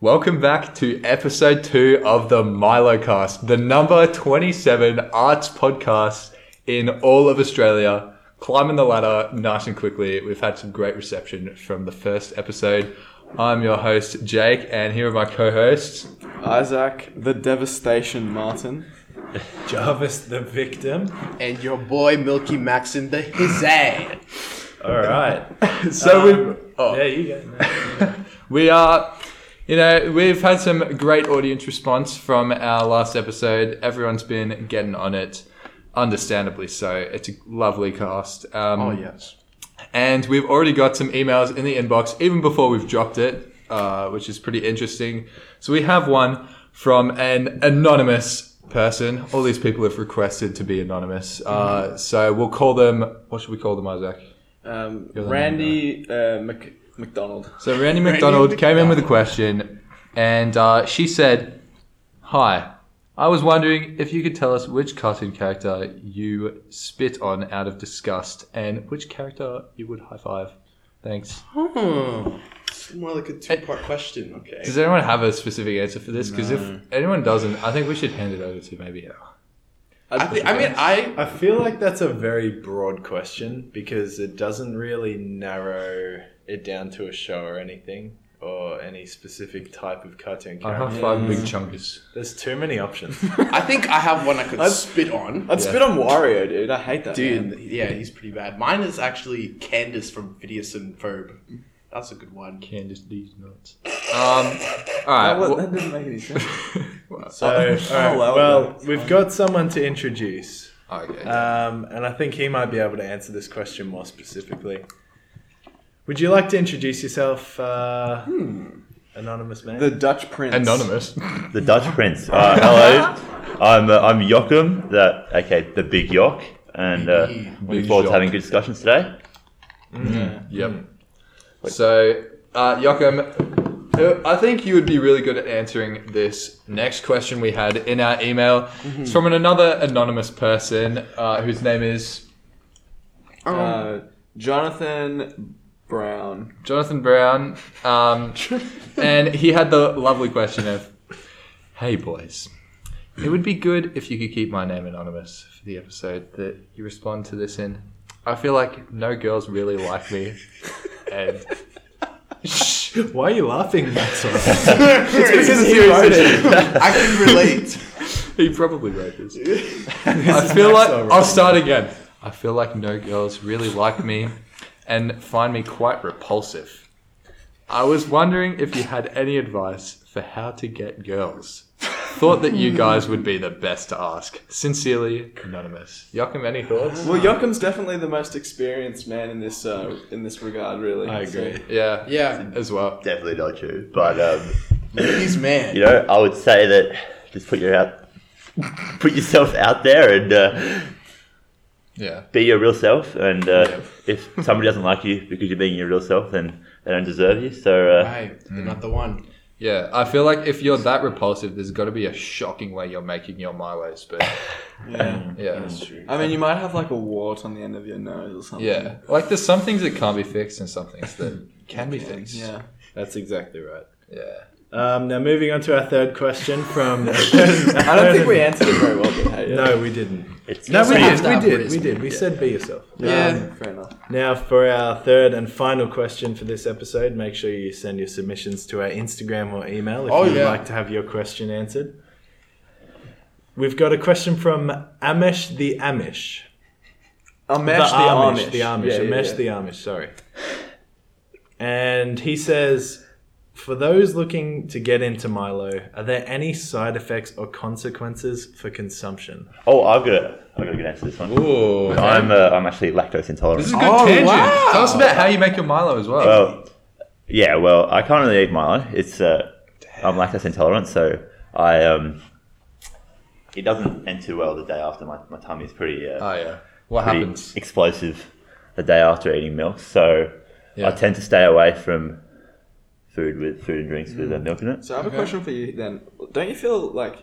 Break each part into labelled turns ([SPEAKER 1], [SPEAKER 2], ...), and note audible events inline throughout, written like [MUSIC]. [SPEAKER 1] welcome back to episode two of the MiloCast, the number 27 arts podcast in all of Australia. Climbing the ladder nice and quickly. We've had some great reception from the first episode. I'm your host, Jake, and here are my co hosts.
[SPEAKER 2] Isaac, the devastation, Martin.
[SPEAKER 3] Jarvis the victim.
[SPEAKER 4] and your boy Milky Maxim the Hizad.
[SPEAKER 3] All right.
[SPEAKER 1] So
[SPEAKER 3] Um,
[SPEAKER 1] we've. Oh,
[SPEAKER 3] There you go.
[SPEAKER 1] We are, you know, we've had some great audience response from our last episode. Everyone's been getting on it, understandably so. It's a lovely cast. Um,
[SPEAKER 2] Oh, yes.
[SPEAKER 1] And we've already got some emails in the inbox even before we've dropped it, uh, which is pretty interesting. So we have one from an anonymous person. All these people have requested to be anonymous. Uh, so we'll call them, what should we call them, Isaac?
[SPEAKER 2] Um,
[SPEAKER 1] You're the
[SPEAKER 2] Randy uh, Mc- McDonald.
[SPEAKER 1] So Randy McDonald came in with a question, and uh, she said, "Hi, I was wondering if you could tell us which cartoon character you spit on out of disgust, and which character you would high five. Thanks.
[SPEAKER 4] Hmm. It's more like a two-part question. Okay.
[SPEAKER 1] Does anyone have a specific answer for this? Because if anyone doesn't, I think we should hand it over to maybe.
[SPEAKER 4] I, thi- I mean, I
[SPEAKER 3] I feel like that's a very broad question because it doesn't really narrow it down to a show or anything or any specific type of cartoon
[SPEAKER 1] I
[SPEAKER 3] character.
[SPEAKER 1] high five Big Chungus.
[SPEAKER 3] There's too many options.
[SPEAKER 4] I think I have one I could
[SPEAKER 2] I've-
[SPEAKER 4] spit on.
[SPEAKER 2] I'd spit on Wario, dude. I hate that. man.
[SPEAKER 4] Dude, yeah, he's pretty bad. Mine is actually Candace from Phidias and Ferb. That's a good one.
[SPEAKER 1] Candice these nuts. Um. All right.
[SPEAKER 2] That, wa-
[SPEAKER 1] well-
[SPEAKER 2] that didn't make any
[SPEAKER 4] [LAUGHS]
[SPEAKER 2] sense.
[SPEAKER 3] So, all right,
[SPEAKER 2] Oh, well,
[SPEAKER 3] well, we've got someone to introduce,
[SPEAKER 1] okay.
[SPEAKER 3] um, and I think he might be able to answer this question more specifically. Would you like to introduce yourself, uh, anonymous man?
[SPEAKER 2] The Dutch Prince.
[SPEAKER 1] Anonymous.
[SPEAKER 5] The Dutch Prince. Uh,
[SPEAKER 1] [LAUGHS]
[SPEAKER 5] hello, I'm uh, I'm Joachim, the okay, the Big Yock, and uh,
[SPEAKER 1] Big
[SPEAKER 5] looking forward
[SPEAKER 1] Jock.
[SPEAKER 5] to having good discussions today.
[SPEAKER 1] Yep. So, uh, Joachim, uh, I think you would be really good at answering this next question we had in our email. It's from an, another anonymous person uh, whose name is
[SPEAKER 2] Uh, Jonathan Brown.
[SPEAKER 1] Jonathan Brown. Um, and he had the lovely question of Hey, boys. It would be good if you could keep my name anonymous for the episode that you respond to this in. I feel like no girls really like me. And. [LAUGHS]
[SPEAKER 3] Why are you laughing, Maxwell?
[SPEAKER 4] [LAUGHS]
[SPEAKER 3] [LAUGHS]
[SPEAKER 4] I can relate.
[SPEAKER 1] [LAUGHS] He probably wrote this. I feel like
[SPEAKER 3] Maxwell
[SPEAKER 1] I'll start again. I feel like no girls really like me and find me quite repulsive. I was wondering if you had any advice for how to get girls. Thought that you guys would be the best to ask. Sincerely, anonymous. Joachim, any thoughts?
[SPEAKER 2] Well, Joachim's definitely the most experienced man in this uh, in this regard, really.
[SPEAKER 3] I agree.
[SPEAKER 1] Yeah,
[SPEAKER 4] Yeah,
[SPEAKER 1] as well.
[SPEAKER 5] Definitely not you, but um,
[SPEAKER 4] he's man.
[SPEAKER 5] you know, I would say that just put your out, put yourself out there and uh,
[SPEAKER 1] Yeah,
[SPEAKER 5] be your real self. And uh, if somebody doesn't like you because you're being your real self, then they don't deserve you. So uh,
[SPEAKER 4] Right, they're not the one.
[SPEAKER 1] yeah. I feel like if you're that repulsive, there's got to be a shocking way you're making your Milos. But
[SPEAKER 2] So, yeah.
[SPEAKER 1] yeah,
[SPEAKER 4] true.
[SPEAKER 2] I mean, you might have like a wart on the end of your nose or something.
[SPEAKER 1] yeah. Like there's some things that can't be fixed and some things that can be fixed.
[SPEAKER 2] Yeah.
[SPEAKER 3] That's exactly right.
[SPEAKER 1] Yeah.
[SPEAKER 3] Um, now moving on to our third question
[SPEAKER 4] [LAUGHS]
[SPEAKER 3] from.
[SPEAKER 2] I don't think we answered it very well, but hey. yeah.
[SPEAKER 3] [LAUGHS] No, we didn't.
[SPEAKER 5] it's
[SPEAKER 3] No, we
[SPEAKER 4] we
[SPEAKER 3] did.
[SPEAKER 4] have to
[SPEAKER 3] We
[SPEAKER 4] have
[SPEAKER 3] did. We
[SPEAKER 4] reason.
[SPEAKER 3] did. We said be yourself.
[SPEAKER 4] Yeah.
[SPEAKER 2] Um, fair enough.
[SPEAKER 3] Now, for our third and final question for this episode, make sure you send your submissions to our Instagram or email if
[SPEAKER 4] Oh,
[SPEAKER 3] you'd
[SPEAKER 4] yeah.
[SPEAKER 3] like to have your question answered. We've got a question from Amish the Amish.
[SPEAKER 2] Amesh the, Amish.
[SPEAKER 3] The Amish.
[SPEAKER 2] Yeah, yeah,
[SPEAKER 3] Amesh
[SPEAKER 2] yeah.
[SPEAKER 3] the Amish, sorry. And he says, for those looking to get into Milo, are there any side effects or consequences for consumption?
[SPEAKER 5] oh, I've got a, I've got a good answer to this one.
[SPEAKER 1] Ooh,
[SPEAKER 5] I'm uh, I'm actually lactose intolerant.
[SPEAKER 1] this is a good
[SPEAKER 4] Oh,
[SPEAKER 1] tangent.
[SPEAKER 4] wow.
[SPEAKER 1] Tell us about how you make your Milo as well.
[SPEAKER 2] Oh.
[SPEAKER 5] Well, yeah. Well, I can't really eat Milo. It's uh, I'm lactose intolerant, so I um, it doesn't end too well the day after. My my tummy's pretty uh,
[SPEAKER 1] oh yeah, what
[SPEAKER 5] pretty
[SPEAKER 1] happens?
[SPEAKER 5] explosive the day after eating milk, so
[SPEAKER 1] Yeah.
[SPEAKER 5] I tend to stay away from food with food and drinks with uh, milk in
[SPEAKER 1] Mm.
[SPEAKER 5] it.
[SPEAKER 2] So I have a question for you then. Don't you feel like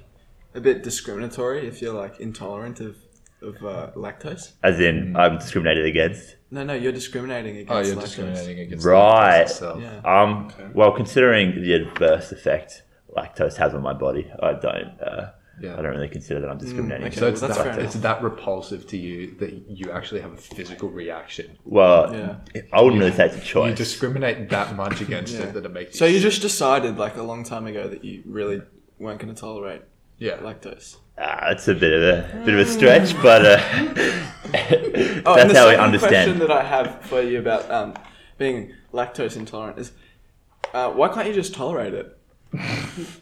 [SPEAKER 2] a bit discriminatory if you're like intolerant of of uh, lactose?
[SPEAKER 5] As
[SPEAKER 1] Mm.
[SPEAKER 5] in, I'm discriminated against.
[SPEAKER 2] No, no, you're discriminating against.
[SPEAKER 1] Oh, you're
[SPEAKER 2] lactose.
[SPEAKER 1] discriminating against
[SPEAKER 5] Right.
[SPEAKER 1] lactose itself.
[SPEAKER 2] Yeah.
[SPEAKER 5] Um,
[SPEAKER 4] Okay.
[SPEAKER 5] well, considering the adverse effect lactose has on my body, I don't. Uh,
[SPEAKER 1] Yeah. Mm,
[SPEAKER 5] I don't really consider that I'm discriminating.
[SPEAKER 2] okay.
[SPEAKER 1] So it's
[SPEAKER 2] Well, that's
[SPEAKER 1] that
[SPEAKER 2] fair
[SPEAKER 1] it's that repulsive to you that you actually have a physical reaction.
[SPEAKER 5] Well,
[SPEAKER 2] Yeah.
[SPEAKER 5] I wouldn't really say it's a
[SPEAKER 1] You
[SPEAKER 5] choice.
[SPEAKER 1] discriminate that much against
[SPEAKER 2] Yeah.
[SPEAKER 1] it that it makes.
[SPEAKER 2] So you
[SPEAKER 1] sick.
[SPEAKER 2] just decided like a long time ago that you really weren't going to tolerate
[SPEAKER 1] yeah.
[SPEAKER 2] lactose.
[SPEAKER 5] Ah, it's a bit of a bit of a stretch, but uh,
[SPEAKER 2] Oh, and
[SPEAKER 5] that's
[SPEAKER 2] the
[SPEAKER 5] how I
[SPEAKER 2] second question
[SPEAKER 5] understand.
[SPEAKER 2] that I have for you about um, being lactose intolerant is uh, why can't you just tolerate it?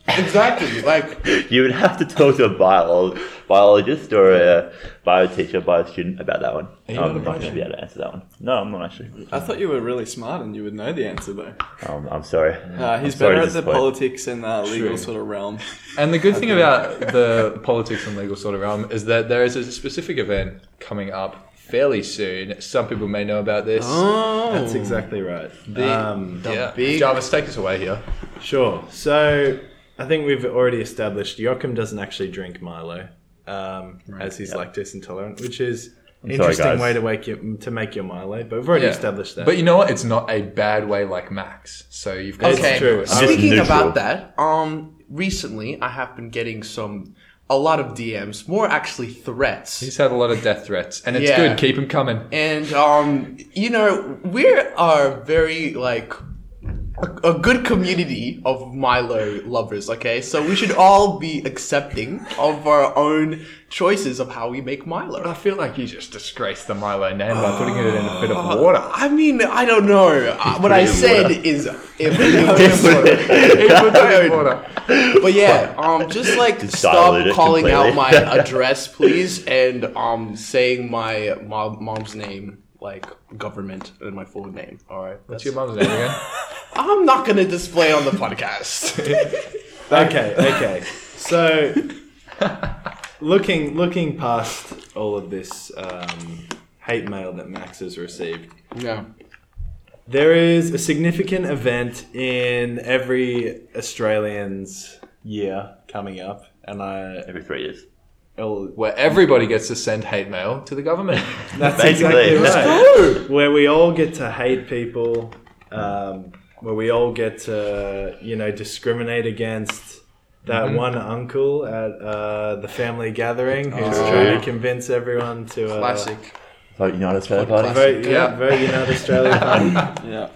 [SPEAKER 4] Exactly. Like
[SPEAKER 5] You would have to talk to a bio- biologist or a bio teacher, bio student about that one.
[SPEAKER 1] you not a
[SPEAKER 5] I'm
[SPEAKER 1] bio
[SPEAKER 5] not going to be able to answer that one. No, I'm not actually.
[SPEAKER 2] I thought you were really smart and you would know the answer though.
[SPEAKER 5] Um, I'm sorry.
[SPEAKER 2] Uh, he's
[SPEAKER 5] I'm
[SPEAKER 2] better
[SPEAKER 5] sorry to
[SPEAKER 2] at the
[SPEAKER 5] disappoint.
[SPEAKER 2] politics and uh, legal
[SPEAKER 1] True.
[SPEAKER 2] sort of realm.
[SPEAKER 1] And the good thing about the politics and legal sort of realm is that there is a specific event coming up fairly soon. Some people may know about this.
[SPEAKER 4] oh,
[SPEAKER 3] That's exactly right.
[SPEAKER 1] The-
[SPEAKER 3] um,
[SPEAKER 1] yeah.
[SPEAKER 4] big-
[SPEAKER 1] Jarvis, take us away here.
[SPEAKER 3] Sure. So I think we've already established Joachim doesn't actually drink Milo, um, as he's lactose intolerant, which is an
[SPEAKER 5] sorry,
[SPEAKER 3] interesting
[SPEAKER 5] guys.
[SPEAKER 3] way to wake your, to make your Milo. But we've already established that.
[SPEAKER 1] But you know what? It's not a bad way like Max. So you've got
[SPEAKER 4] [LAUGHS] Okay.
[SPEAKER 3] It's true.
[SPEAKER 5] just
[SPEAKER 4] Speaking
[SPEAKER 5] neutral.
[SPEAKER 4] about that, um, recently I have been getting some a lot of DMs, more actually threats.
[SPEAKER 1] He's had a lot of death threats, and it's
[SPEAKER 4] Yeah.
[SPEAKER 1] good. Keep him coming.
[SPEAKER 4] and um, you know, we are very like a, a good community of Milo lovers. Okay, so we should all be accepting of our own choices of how we make
[SPEAKER 1] I
[SPEAKER 4] Milo.
[SPEAKER 1] feel like you just disgraced the Milo name by putting it in a bit of water.
[SPEAKER 4] [LAUGHS] I mean, I don't know. Uh, What I
[SPEAKER 5] pretty
[SPEAKER 4] said
[SPEAKER 5] aware.
[SPEAKER 4] is,
[SPEAKER 5] [LAUGHS]
[SPEAKER 4] if
[SPEAKER 1] He put it in water.
[SPEAKER 4] but yeah, um, just like
[SPEAKER 5] Just
[SPEAKER 4] stop
[SPEAKER 5] dilute it
[SPEAKER 4] calling out my
[SPEAKER 5] [LAUGHS] completely.
[SPEAKER 4] address, please, and um, saying my mom, mom's name, like government, and my full name. All right,
[SPEAKER 1] What's your mum's name again?
[SPEAKER 4] I'm not gonna display on the podcast.
[SPEAKER 3] okay, okay. So looking looking past all of this um, hate mail that Max has received,
[SPEAKER 4] [LAUGHS] yeah,
[SPEAKER 3] There is a significant event in every Australian's year coming up, and I.
[SPEAKER 5] Every three years.
[SPEAKER 3] oh,
[SPEAKER 1] Where everybody gets to send hate mail to the government.
[SPEAKER 3] That's
[SPEAKER 5] Basically.
[SPEAKER 3] exactly
[SPEAKER 5] Let's [LAUGHS]
[SPEAKER 3] right. Where we all get to hate people, um, where we all get to you know discriminate against that one uncle at uh, the family gathering who's trying to convince everyone to uh,
[SPEAKER 4] classic.
[SPEAKER 5] Vote United Australia Party.
[SPEAKER 3] Vote, yeah,
[SPEAKER 1] Yeah.
[SPEAKER 3] vote United Australia
[SPEAKER 1] [LAUGHS]
[SPEAKER 3] Party.
[SPEAKER 2] Yeah.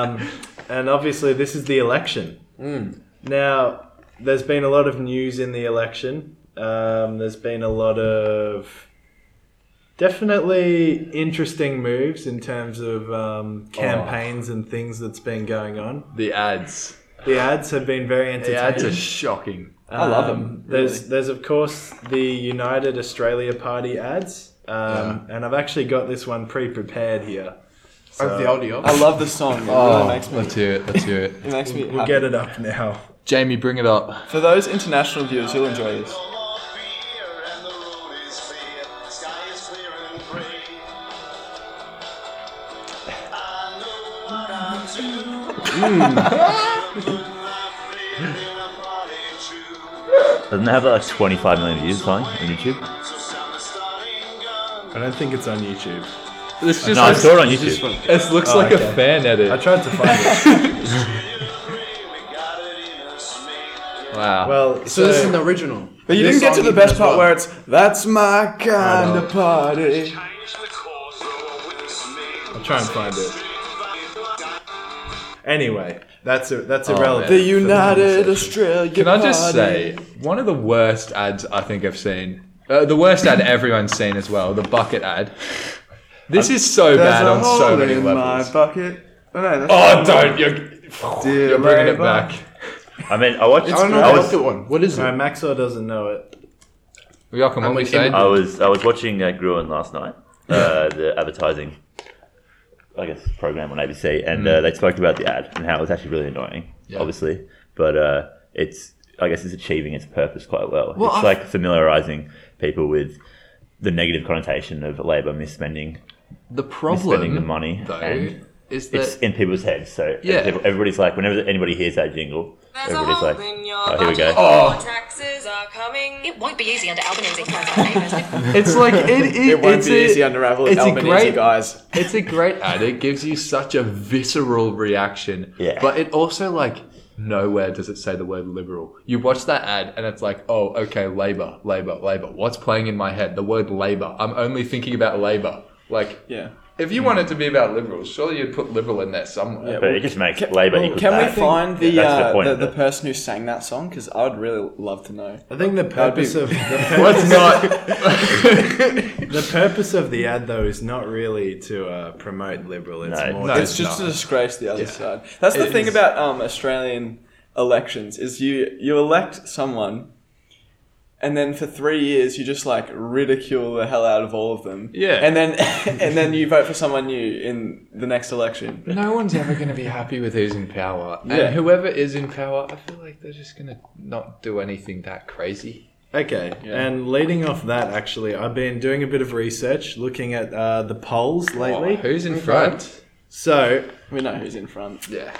[SPEAKER 3] Um, and obviously, this is the election.
[SPEAKER 1] Hmm.
[SPEAKER 3] Now, there's been a lot of news in the election. Um, there's been a lot of definitely interesting moves in terms of
[SPEAKER 1] Oh.
[SPEAKER 3] um, campaigns and things that's been going on.
[SPEAKER 1] the ads.
[SPEAKER 3] The ads have been very
[SPEAKER 1] The
[SPEAKER 3] entertaining.
[SPEAKER 1] ads are shocking.
[SPEAKER 3] I love them. There's, there's of course the United Australia Party ads, um, and I've actually got this one pre-prepared here.
[SPEAKER 4] Of the audio.
[SPEAKER 2] I love the song. It really makes me.
[SPEAKER 1] Let's hear it. Let's hear it.
[SPEAKER 2] It makes me.
[SPEAKER 3] We'll
[SPEAKER 2] happy.
[SPEAKER 3] get it up now.
[SPEAKER 1] Jamie, bring it up.
[SPEAKER 2] For those international viewers, you'll enjoy this.
[SPEAKER 5] Doesn't it have like 25 million views fine on YouTube?
[SPEAKER 3] I don't think it's on YouTube.
[SPEAKER 1] This just
[SPEAKER 5] No, I
[SPEAKER 1] looks,
[SPEAKER 5] saw it on YouTube.
[SPEAKER 1] this looks like a fan
[SPEAKER 3] I
[SPEAKER 1] edit.
[SPEAKER 3] tried to find it.
[SPEAKER 1] Wow.
[SPEAKER 3] [LAUGHS] Well, so,
[SPEAKER 4] so, this is an original.
[SPEAKER 2] But you
[SPEAKER 4] This
[SPEAKER 2] didn't get to
[SPEAKER 4] song
[SPEAKER 2] the
[SPEAKER 4] even
[SPEAKER 2] best
[SPEAKER 4] as
[SPEAKER 2] part
[SPEAKER 4] well.
[SPEAKER 2] where it's that's my kind of party.
[SPEAKER 3] I'll try and find it. Anyway, that's a, that's
[SPEAKER 1] Oh,
[SPEAKER 3] irrelevant.
[SPEAKER 1] man.
[SPEAKER 2] The
[SPEAKER 3] for the
[SPEAKER 2] United
[SPEAKER 3] conversation.
[SPEAKER 2] Australia.
[SPEAKER 1] Can I just
[SPEAKER 2] Party.
[SPEAKER 1] say, one of the worst ads I think I've seen, uh, the worst ad everyone's seen as well, the bucket ad. This is so
[SPEAKER 2] There's
[SPEAKER 1] bad
[SPEAKER 2] a
[SPEAKER 1] on so
[SPEAKER 2] hole
[SPEAKER 1] many
[SPEAKER 2] in
[SPEAKER 1] levels.
[SPEAKER 2] my bucket. Oh, no, that's
[SPEAKER 1] Oh, don't. You're,
[SPEAKER 2] Dear
[SPEAKER 1] you're bringing it
[SPEAKER 2] Labour.
[SPEAKER 1] back.
[SPEAKER 5] I mean, I watched.
[SPEAKER 4] I don't know
[SPEAKER 5] I
[SPEAKER 4] the
[SPEAKER 5] was,
[SPEAKER 4] other one. What is
[SPEAKER 3] Sorry,
[SPEAKER 4] it?
[SPEAKER 3] Maxwell doesn't know it.
[SPEAKER 1] Joachim, what were you
[SPEAKER 4] with
[SPEAKER 1] saying?
[SPEAKER 4] him.
[SPEAKER 5] I was I was watching uh, Gruen last night, uh, the advertising, I guess, program on ABC, and uh, they spoke about the ad and how it was actually really annoying,
[SPEAKER 1] Yeah.
[SPEAKER 5] obviously, but uh, it's I guess it's achieving its purpose quite well.
[SPEAKER 1] Well,
[SPEAKER 5] it's
[SPEAKER 1] I-
[SPEAKER 5] like familiarizing people with the negative connotation of Labor misspending
[SPEAKER 1] The
[SPEAKER 5] misspending the
[SPEAKER 1] problem,
[SPEAKER 5] money,
[SPEAKER 1] though,
[SPEAKER 5] and
[SPEAKER 1] is
[SPEAKER 5] it's
[SPEAKER 1] that
[SPEAKER 5] in people's heads. So
[SPEAKER 1] Yeah.
[SPEAKER 5] everybody's like, whenever anybody hears that jingle,
[SPEAKER 6] There's a
[SPEAKER 5] everybody's
[SPEAKER 6] hole
[SPEAKER 5] like,
[SPEAKER 6] in your
[SPEAKER 5] Oh, here we go.
[SPEAKER 1] Oh.
[SPEAKER 6] Taxes are coming. It won't be easy under Albanese. That's
[SPEAKER 1] It's like it, it,
[SPEAKER 2] It won't
[SPEAKER 1] it's
[SPEAKER 2] be
[SPEAKER 1] a,
[SPEAKER 2] easy to unravel
[SPEAKER 1] it's a
[SPEAKER 2] Albanese,
[SPEAKER 1] great-
[SPEAKER 2] guys.
[SPEAKER 1] It's a great ad. It gives you such a visceral reaction.
[SPEAKER 5] Yeah.
[SPEAKER 1] But it also like nowhere does it say the word liberal. You watch that ad and it's like, oh, okay, labor, labor, labor. What's playing in my head? The word labor. I'm only thinking about labor. Like,
[SPEAKER 2] Yeah.
[SPEAKER 1] if you wanted to be about liberals, surely you'd put liberal in there somewhere.
[SPEAKER 5] But it just makes Labour equal
[SPEAKER 2] Can we
[SPEAKER 5] that.
[SPEAKER 2] find the
[SPEAKER 5] Yeah, that's the
[SPEAKER 2] uh,
[SPEAKER 5] point
[SPEAKER 2] the,
[SPEAKER 5] of
[SPEAKER 2] the
[SPEAKER 5] it.
[SPEAKER 2] person who sang that song? Because I would really love to know.
[SPEAKER 3] I think the
[SPEAKER 2] That'd be-
[SPEAKER 3] purpose
[SPEAKER 4] [LAUGHS]
[SPEAKER 3] of the,
[SPEAKER 1] What's not?
[SPEAKER 3] [LAUGHS] the purpose of the ad though is not really to uh, promote liberal. It's
[SPEAKER 5] No.
[SPEAKER 3] more
[SPEAKER 1] No.
[SPEAKER 3] just-
[SPEAKER 2] It's just
[SPEAKER 1] not.
[SPEAKER 2] to disgrace the other
[SPEAKER 1] Yeah.
[SPEAKER 2] side. That's the
[SPEAKER 1] It
[SPEAKER 2] thing
[SPEAKER 1] is.
[SPEAKER 2] about um, Australian elections is you you elect someone, and then for three years you just like ridicule the hell out of all of them.
[SPEAKER 1] Yeah.
[SPEAKER 2] and then [LAUGHS] and then you vote for someone new in the next election.
[SPEAKER 1] No one's ever going to be happy with who's in power.
[SPEAKER 2] Yeah.
[SPEAKER 1] And whoever is in power, I feel like they're just going to not do anything that crazy.
[SPEAKER 3] Okay,
[SPEAKER 2] Yeah.
[SPEAKER 3] and leading off that, actually, I've been doing a bit of research looking at uh, the polls lately.
[SPEAKER 1] Oh, who's in front?
[SPEAKER 3] So
[SPEAKER 2] We know who's in front.
[SPEAKER 1] Yeah.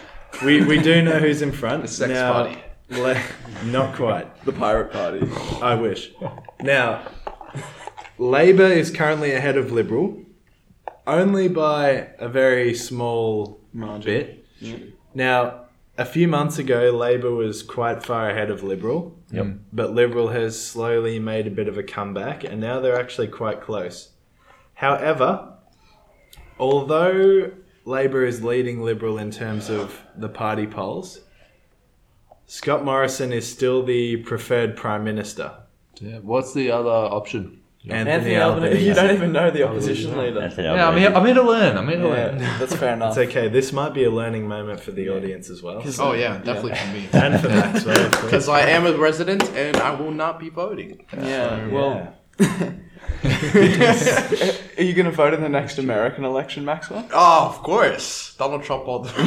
[SPEAKER 3] we, we do know who's in front.
[SPEAKER 1] The sex
[SPEAKER 3] Now,
[SPEAKER 1] party.
[SPEAKER 3] le- not quite.
[SPEAKER 2] The Pirate Party.
[SPEAKER 3] I wish. Now, Labour is currently ahead of Liberal, only by a very small
[SPEAKER 2] Margin.
[SPEAKER 3] bit. Now, a few months ago, Labour was quite far ahead of Liberal.
[SPEAKER 5] Yep.
[SPEAKER 3] But Liberal has slowly made a bit of a comeback, and now they're actually quite close. However, although Labour is leading Liberal in terms of the party polls, Scott Morrison is still the preferred Prime Minister.
[SPEAKER 1] Yeah. What's the other option?
[SPEAKER 2] Anthony Albanese. You don't even know the opposition leader.
[SPEAKER 1] [LAUGHS]
[SPEAKER 5] Anthony
[SPEAKER 1] Yeah, I'm
[SPEAKER 5] Albanese.
[SPEAKER 1] here, I'm here to learn. I'm here to learn.
[SPEAKER 2] Yeah, that's fair enough.
[SPEAKER 3] It's okay. This might be a learning moment for the audience as well.
[SPEAKER 4] Oh yeah, definitely for me.
[SPEAKER 3] And for
[SPEAKER 1] [LAUGHS]
[SPEAKER 3] Maxwell, of
[SPEAKER 4] Because
[SPEAKER 3] course.
[SPEAKER 4] I am a resident and I will not be voting.
[SPEAKER 2] Yeah.
[SPEAKER 3] Yeah.
[SPEAKER 2] Well. [LAUGHS] Are you going to vote in the next American election, Maxwell?
[SPEAKER 4] Oh, of course, Donald Trump all the
[SPEAKER 1] do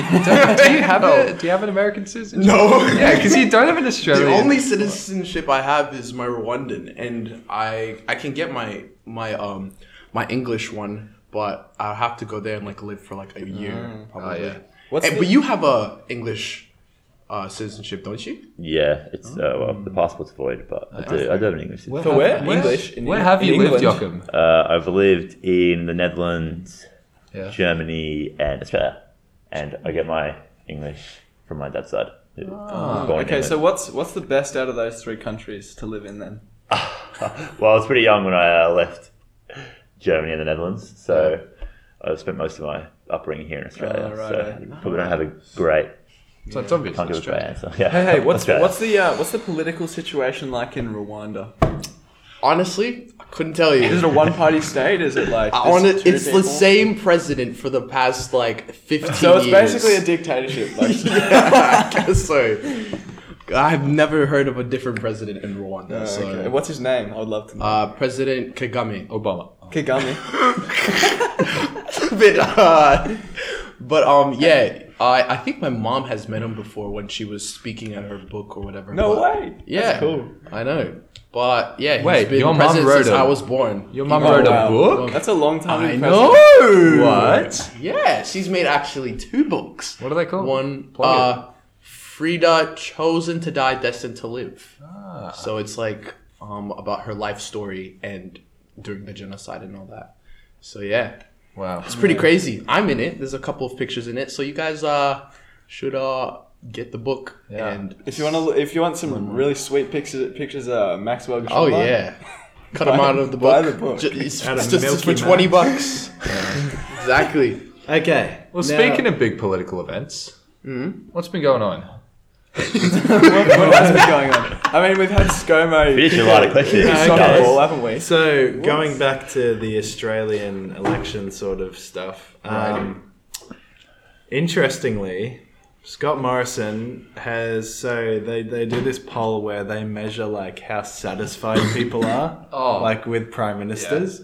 [SPEAKER 1] you have a, Do you have an American citizenship?
[SPEAKER 4] [LAUGHS] No. [LAUGHS]
[SPEAKER 1] Yeah, because you don't have an Australian.
[SPEAKER 4] The only citizenship I have is my Rwandan, and I I can get my my um my English one, but I'll have to go there and like live for like a year probably.
[SPEAKER 1] yeah.
[SPEAKER 2] What's
[SPEAKER 4] Hey,
[SPEAKER 2] the-
[SPEAKER 4] but you have a English uh, citizenship, don't you?
[SPEAKER 5] Yeah, it's uh, well,
[SPEAKER 2] Oh.
[SPEAKER 5] the passport's void, but I do, I do have an English.
[SPEAKER 1] Where
[SPEAKER 5] citizenship.
[SPEAKER 2] For
[SPEAKER 1] have-
[SPEAKER 2] where? English, in
[SPEAKER 1] where
[SPEAKER 2] Eng-
[SPEAKER 1] have
[SPEAKER 2] in
[SPEAKER 1] you lived,
[SPEAKER 2] England.
[SPEAKER 1] Joachim?
[SPEAKER 5] Uh, I've lived in the Netherlands,
[SPEAKER 1] Yeah.
[SPEAKER 5] Germany, and Australia, and I get my English from my dad's side. Born in
[SPEAKER 2] Ah, Okay, so
[SPEAKER 5] England.
[SPEAKER 2] what's what's the best out of those three countries to live in then?
[SPEAKER 5] well, I was pretty young when I uh, left Germany and the Netherlands, so I spent most of my upbringing here in Australia.
[SPEAKER 2] Oh, right,
[SPEAKER 5] so
[SPEAKER 2] right.
[SPEAKER 5] probably don't have a great,
[SPEAKER 1] So it's obvious.
[SPEAKER 5] can't give a great
[SPEAKER 1] Australia.
[SPEAKER 5] answer. Yeah.
[SPEAKER 2] Hey, hey, what's
[SPEAKER 5] Australia.
[SPEAKER 2] what's the uh, what's the political situation like in Rwanda?
[SPEAKER 4] Honestly, I couldn't tell you.
[SPEAKER 2] Is it a one-party state? Is it like
[SPEAKER 4] I wanna-
[SPEAKER 2] just two
[SPEAKER 4] Uh, it's
[SPEAKER 2] people?
[SPEAKER 4] the same president for the past like 15
[SPEAKER 2] So it's
[SPEAKER 4] years.
[SPEAKER 2] basically a dictatorship. Like,
[SPEAKER 4] [LAUGHS] I guess so. I've never heard of a different president in Rwanda. so.
[SPEAKER 2] Oh, okay. What's his name? I would love to know.
[SPEAKER 4] Uh, President Kagame.
[SPEAKER 2] [LAUGHS]
[SPEAKER 1] Obama.
[SPEAKER 2] Kagame.
[SPEAKER 4] bit uh, but um yeah I, I think my mom has met him before when she was speaking at her book or whatever
[SPEAKER 2] No
[SPEAKER 4] but-
[SPEAKER 2] way.
[SPEAKER 4] yeah
[SPEAKER 2] That's cool.
[SPEAKER 4] I know but yeah he's
[SPEAKER 1] Wait,
[SPEAKER 4] been
[SPEAKER 1] your mum
[SPEAKER 4] president
[SPEAKER 1] wrote
[SPEAKER 4] since
[SPEAKER 1] him?
[SPEAKER 4] I was born
[SPEAKER 1] Your mum
[SPEAKER 4] He-
[SPEAKER 1] wrote
[SPEAKER 2] Oh, wow.
[SPEAKER 1] a book.
[SPEAKER 2] That's a long time.
[SPEAKER 4] I
[SPEAKER 2] in
[SPEAKER 4] know
[SPEAKER 2] president.
[SPEAKER 1] What?
[SPEAKER 4] yeah she's made actually two books
[SPEAKER 1] What are they called?
[SPEAKER 4] one
[SPEAKER 1] Plug it.
[SPEAKER 4] uh Frida chosen to die destined to live
[SPEAKER 1] Ah.
[SPEAKER 4] so it's like um about her life story and during the genocide and all that so yeah
[SPEAKER 1] Wow.
[SPEAKER 4] It's pretty crazy. I'm in it. There's a couple of pictures in it, so you guys uh should uh get the book
[SPEAKER 1] Yeah.
[SPEAKER 4] and
[SPEAKER 2] If you want to, if you want some really sweet pictures, pictures of uh, Maxwell.
[SPEAKER 4] oh
[SPEAKER 2] Gishwala,
[SPEAKER 4] yeah, [LAUGHS] cut them
[SPEAKER 2] Buy-
[SPEAKER 4] out of the book.
[SPEAKER 2] buy the book.
[SPEAKER 4] Ju- it's,
[SPEAKER 3] Out of
[SPEAKER 4] it's just
[SPEAKER 3] Milky
[SPEAKER 4] for
[SPEAKER 3] Max.
[SPEAKER 4] twenty bucks. [LAUGHS] exactly.
[SPEAKER 3] Okay.
[SPEAKER 1] Well,
[SPEAKER 3] now-
[SPEAKER 1] speaking of big political events, what's been going on?
[SPEAKER 2] What else is going on? I mean, we've had ScoMo.
[SPEAKER 5] We did
[SPEAKER 2] [LAUGHS]
[SPEAKER 5] a lot of questions.
[SPEAKER 2] He's
[SPEAKER 3] okay.
[SPEAKER 2] shot the ball, haven't we?
[SPEAKER 3] So going back to the Australian election sort of stuff. Um, interestingly, Scott Morrison has so they, they do this poll where they measure like how satisfied people are,
[SPEAKER 1] Oh.
[SPEAKER 3] like with prime ministers.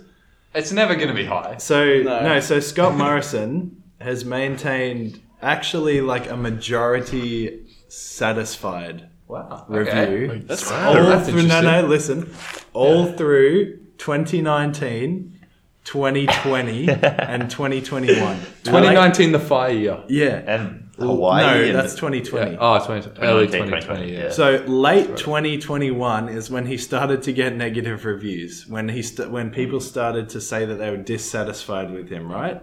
[SPEAKER 1] It's never going to be high.
[SPEAKER 3] So
[SPEAKER 2] No.
[SPEAKER 3] no. so Scott Morrison has maintained actually like a majority satisfied
[SPEAKER 1] Wow.
[SPEAKER 3] review.
[SPEAKER 2] That's
[SPEAKER 3] all
[SPEAKER 1] Oh, that's
[SPEAKER 3] through, no,
[SPEAKER 1] interesting.
[SPEAKER 3] no, listen. All through 2019,
[SPEAKER 1] [LAUGHS]
[SPEAKER 3] 2020, and 2021.
[SPEAKER 1] 2019, the fire year.
[SPEAKER 3] Yeah.
[SPEAKER 5] and Hawaii.
[SPEAKER 3] No,
[SPEAKER 5] and-
[SPEAKER 3] that's 2020.
[SPEAKER 1] Yeah. Oh, 20, early
[SPEAKER 5] 2020,
[SPEAKER 1] 2020. Yeah.
[SPEAKER 5] yeah.
[SPEAKER 3] So late 2021 is when he started to get negative reviews. When he st- when people started to say that they were dissatisfied with him, right?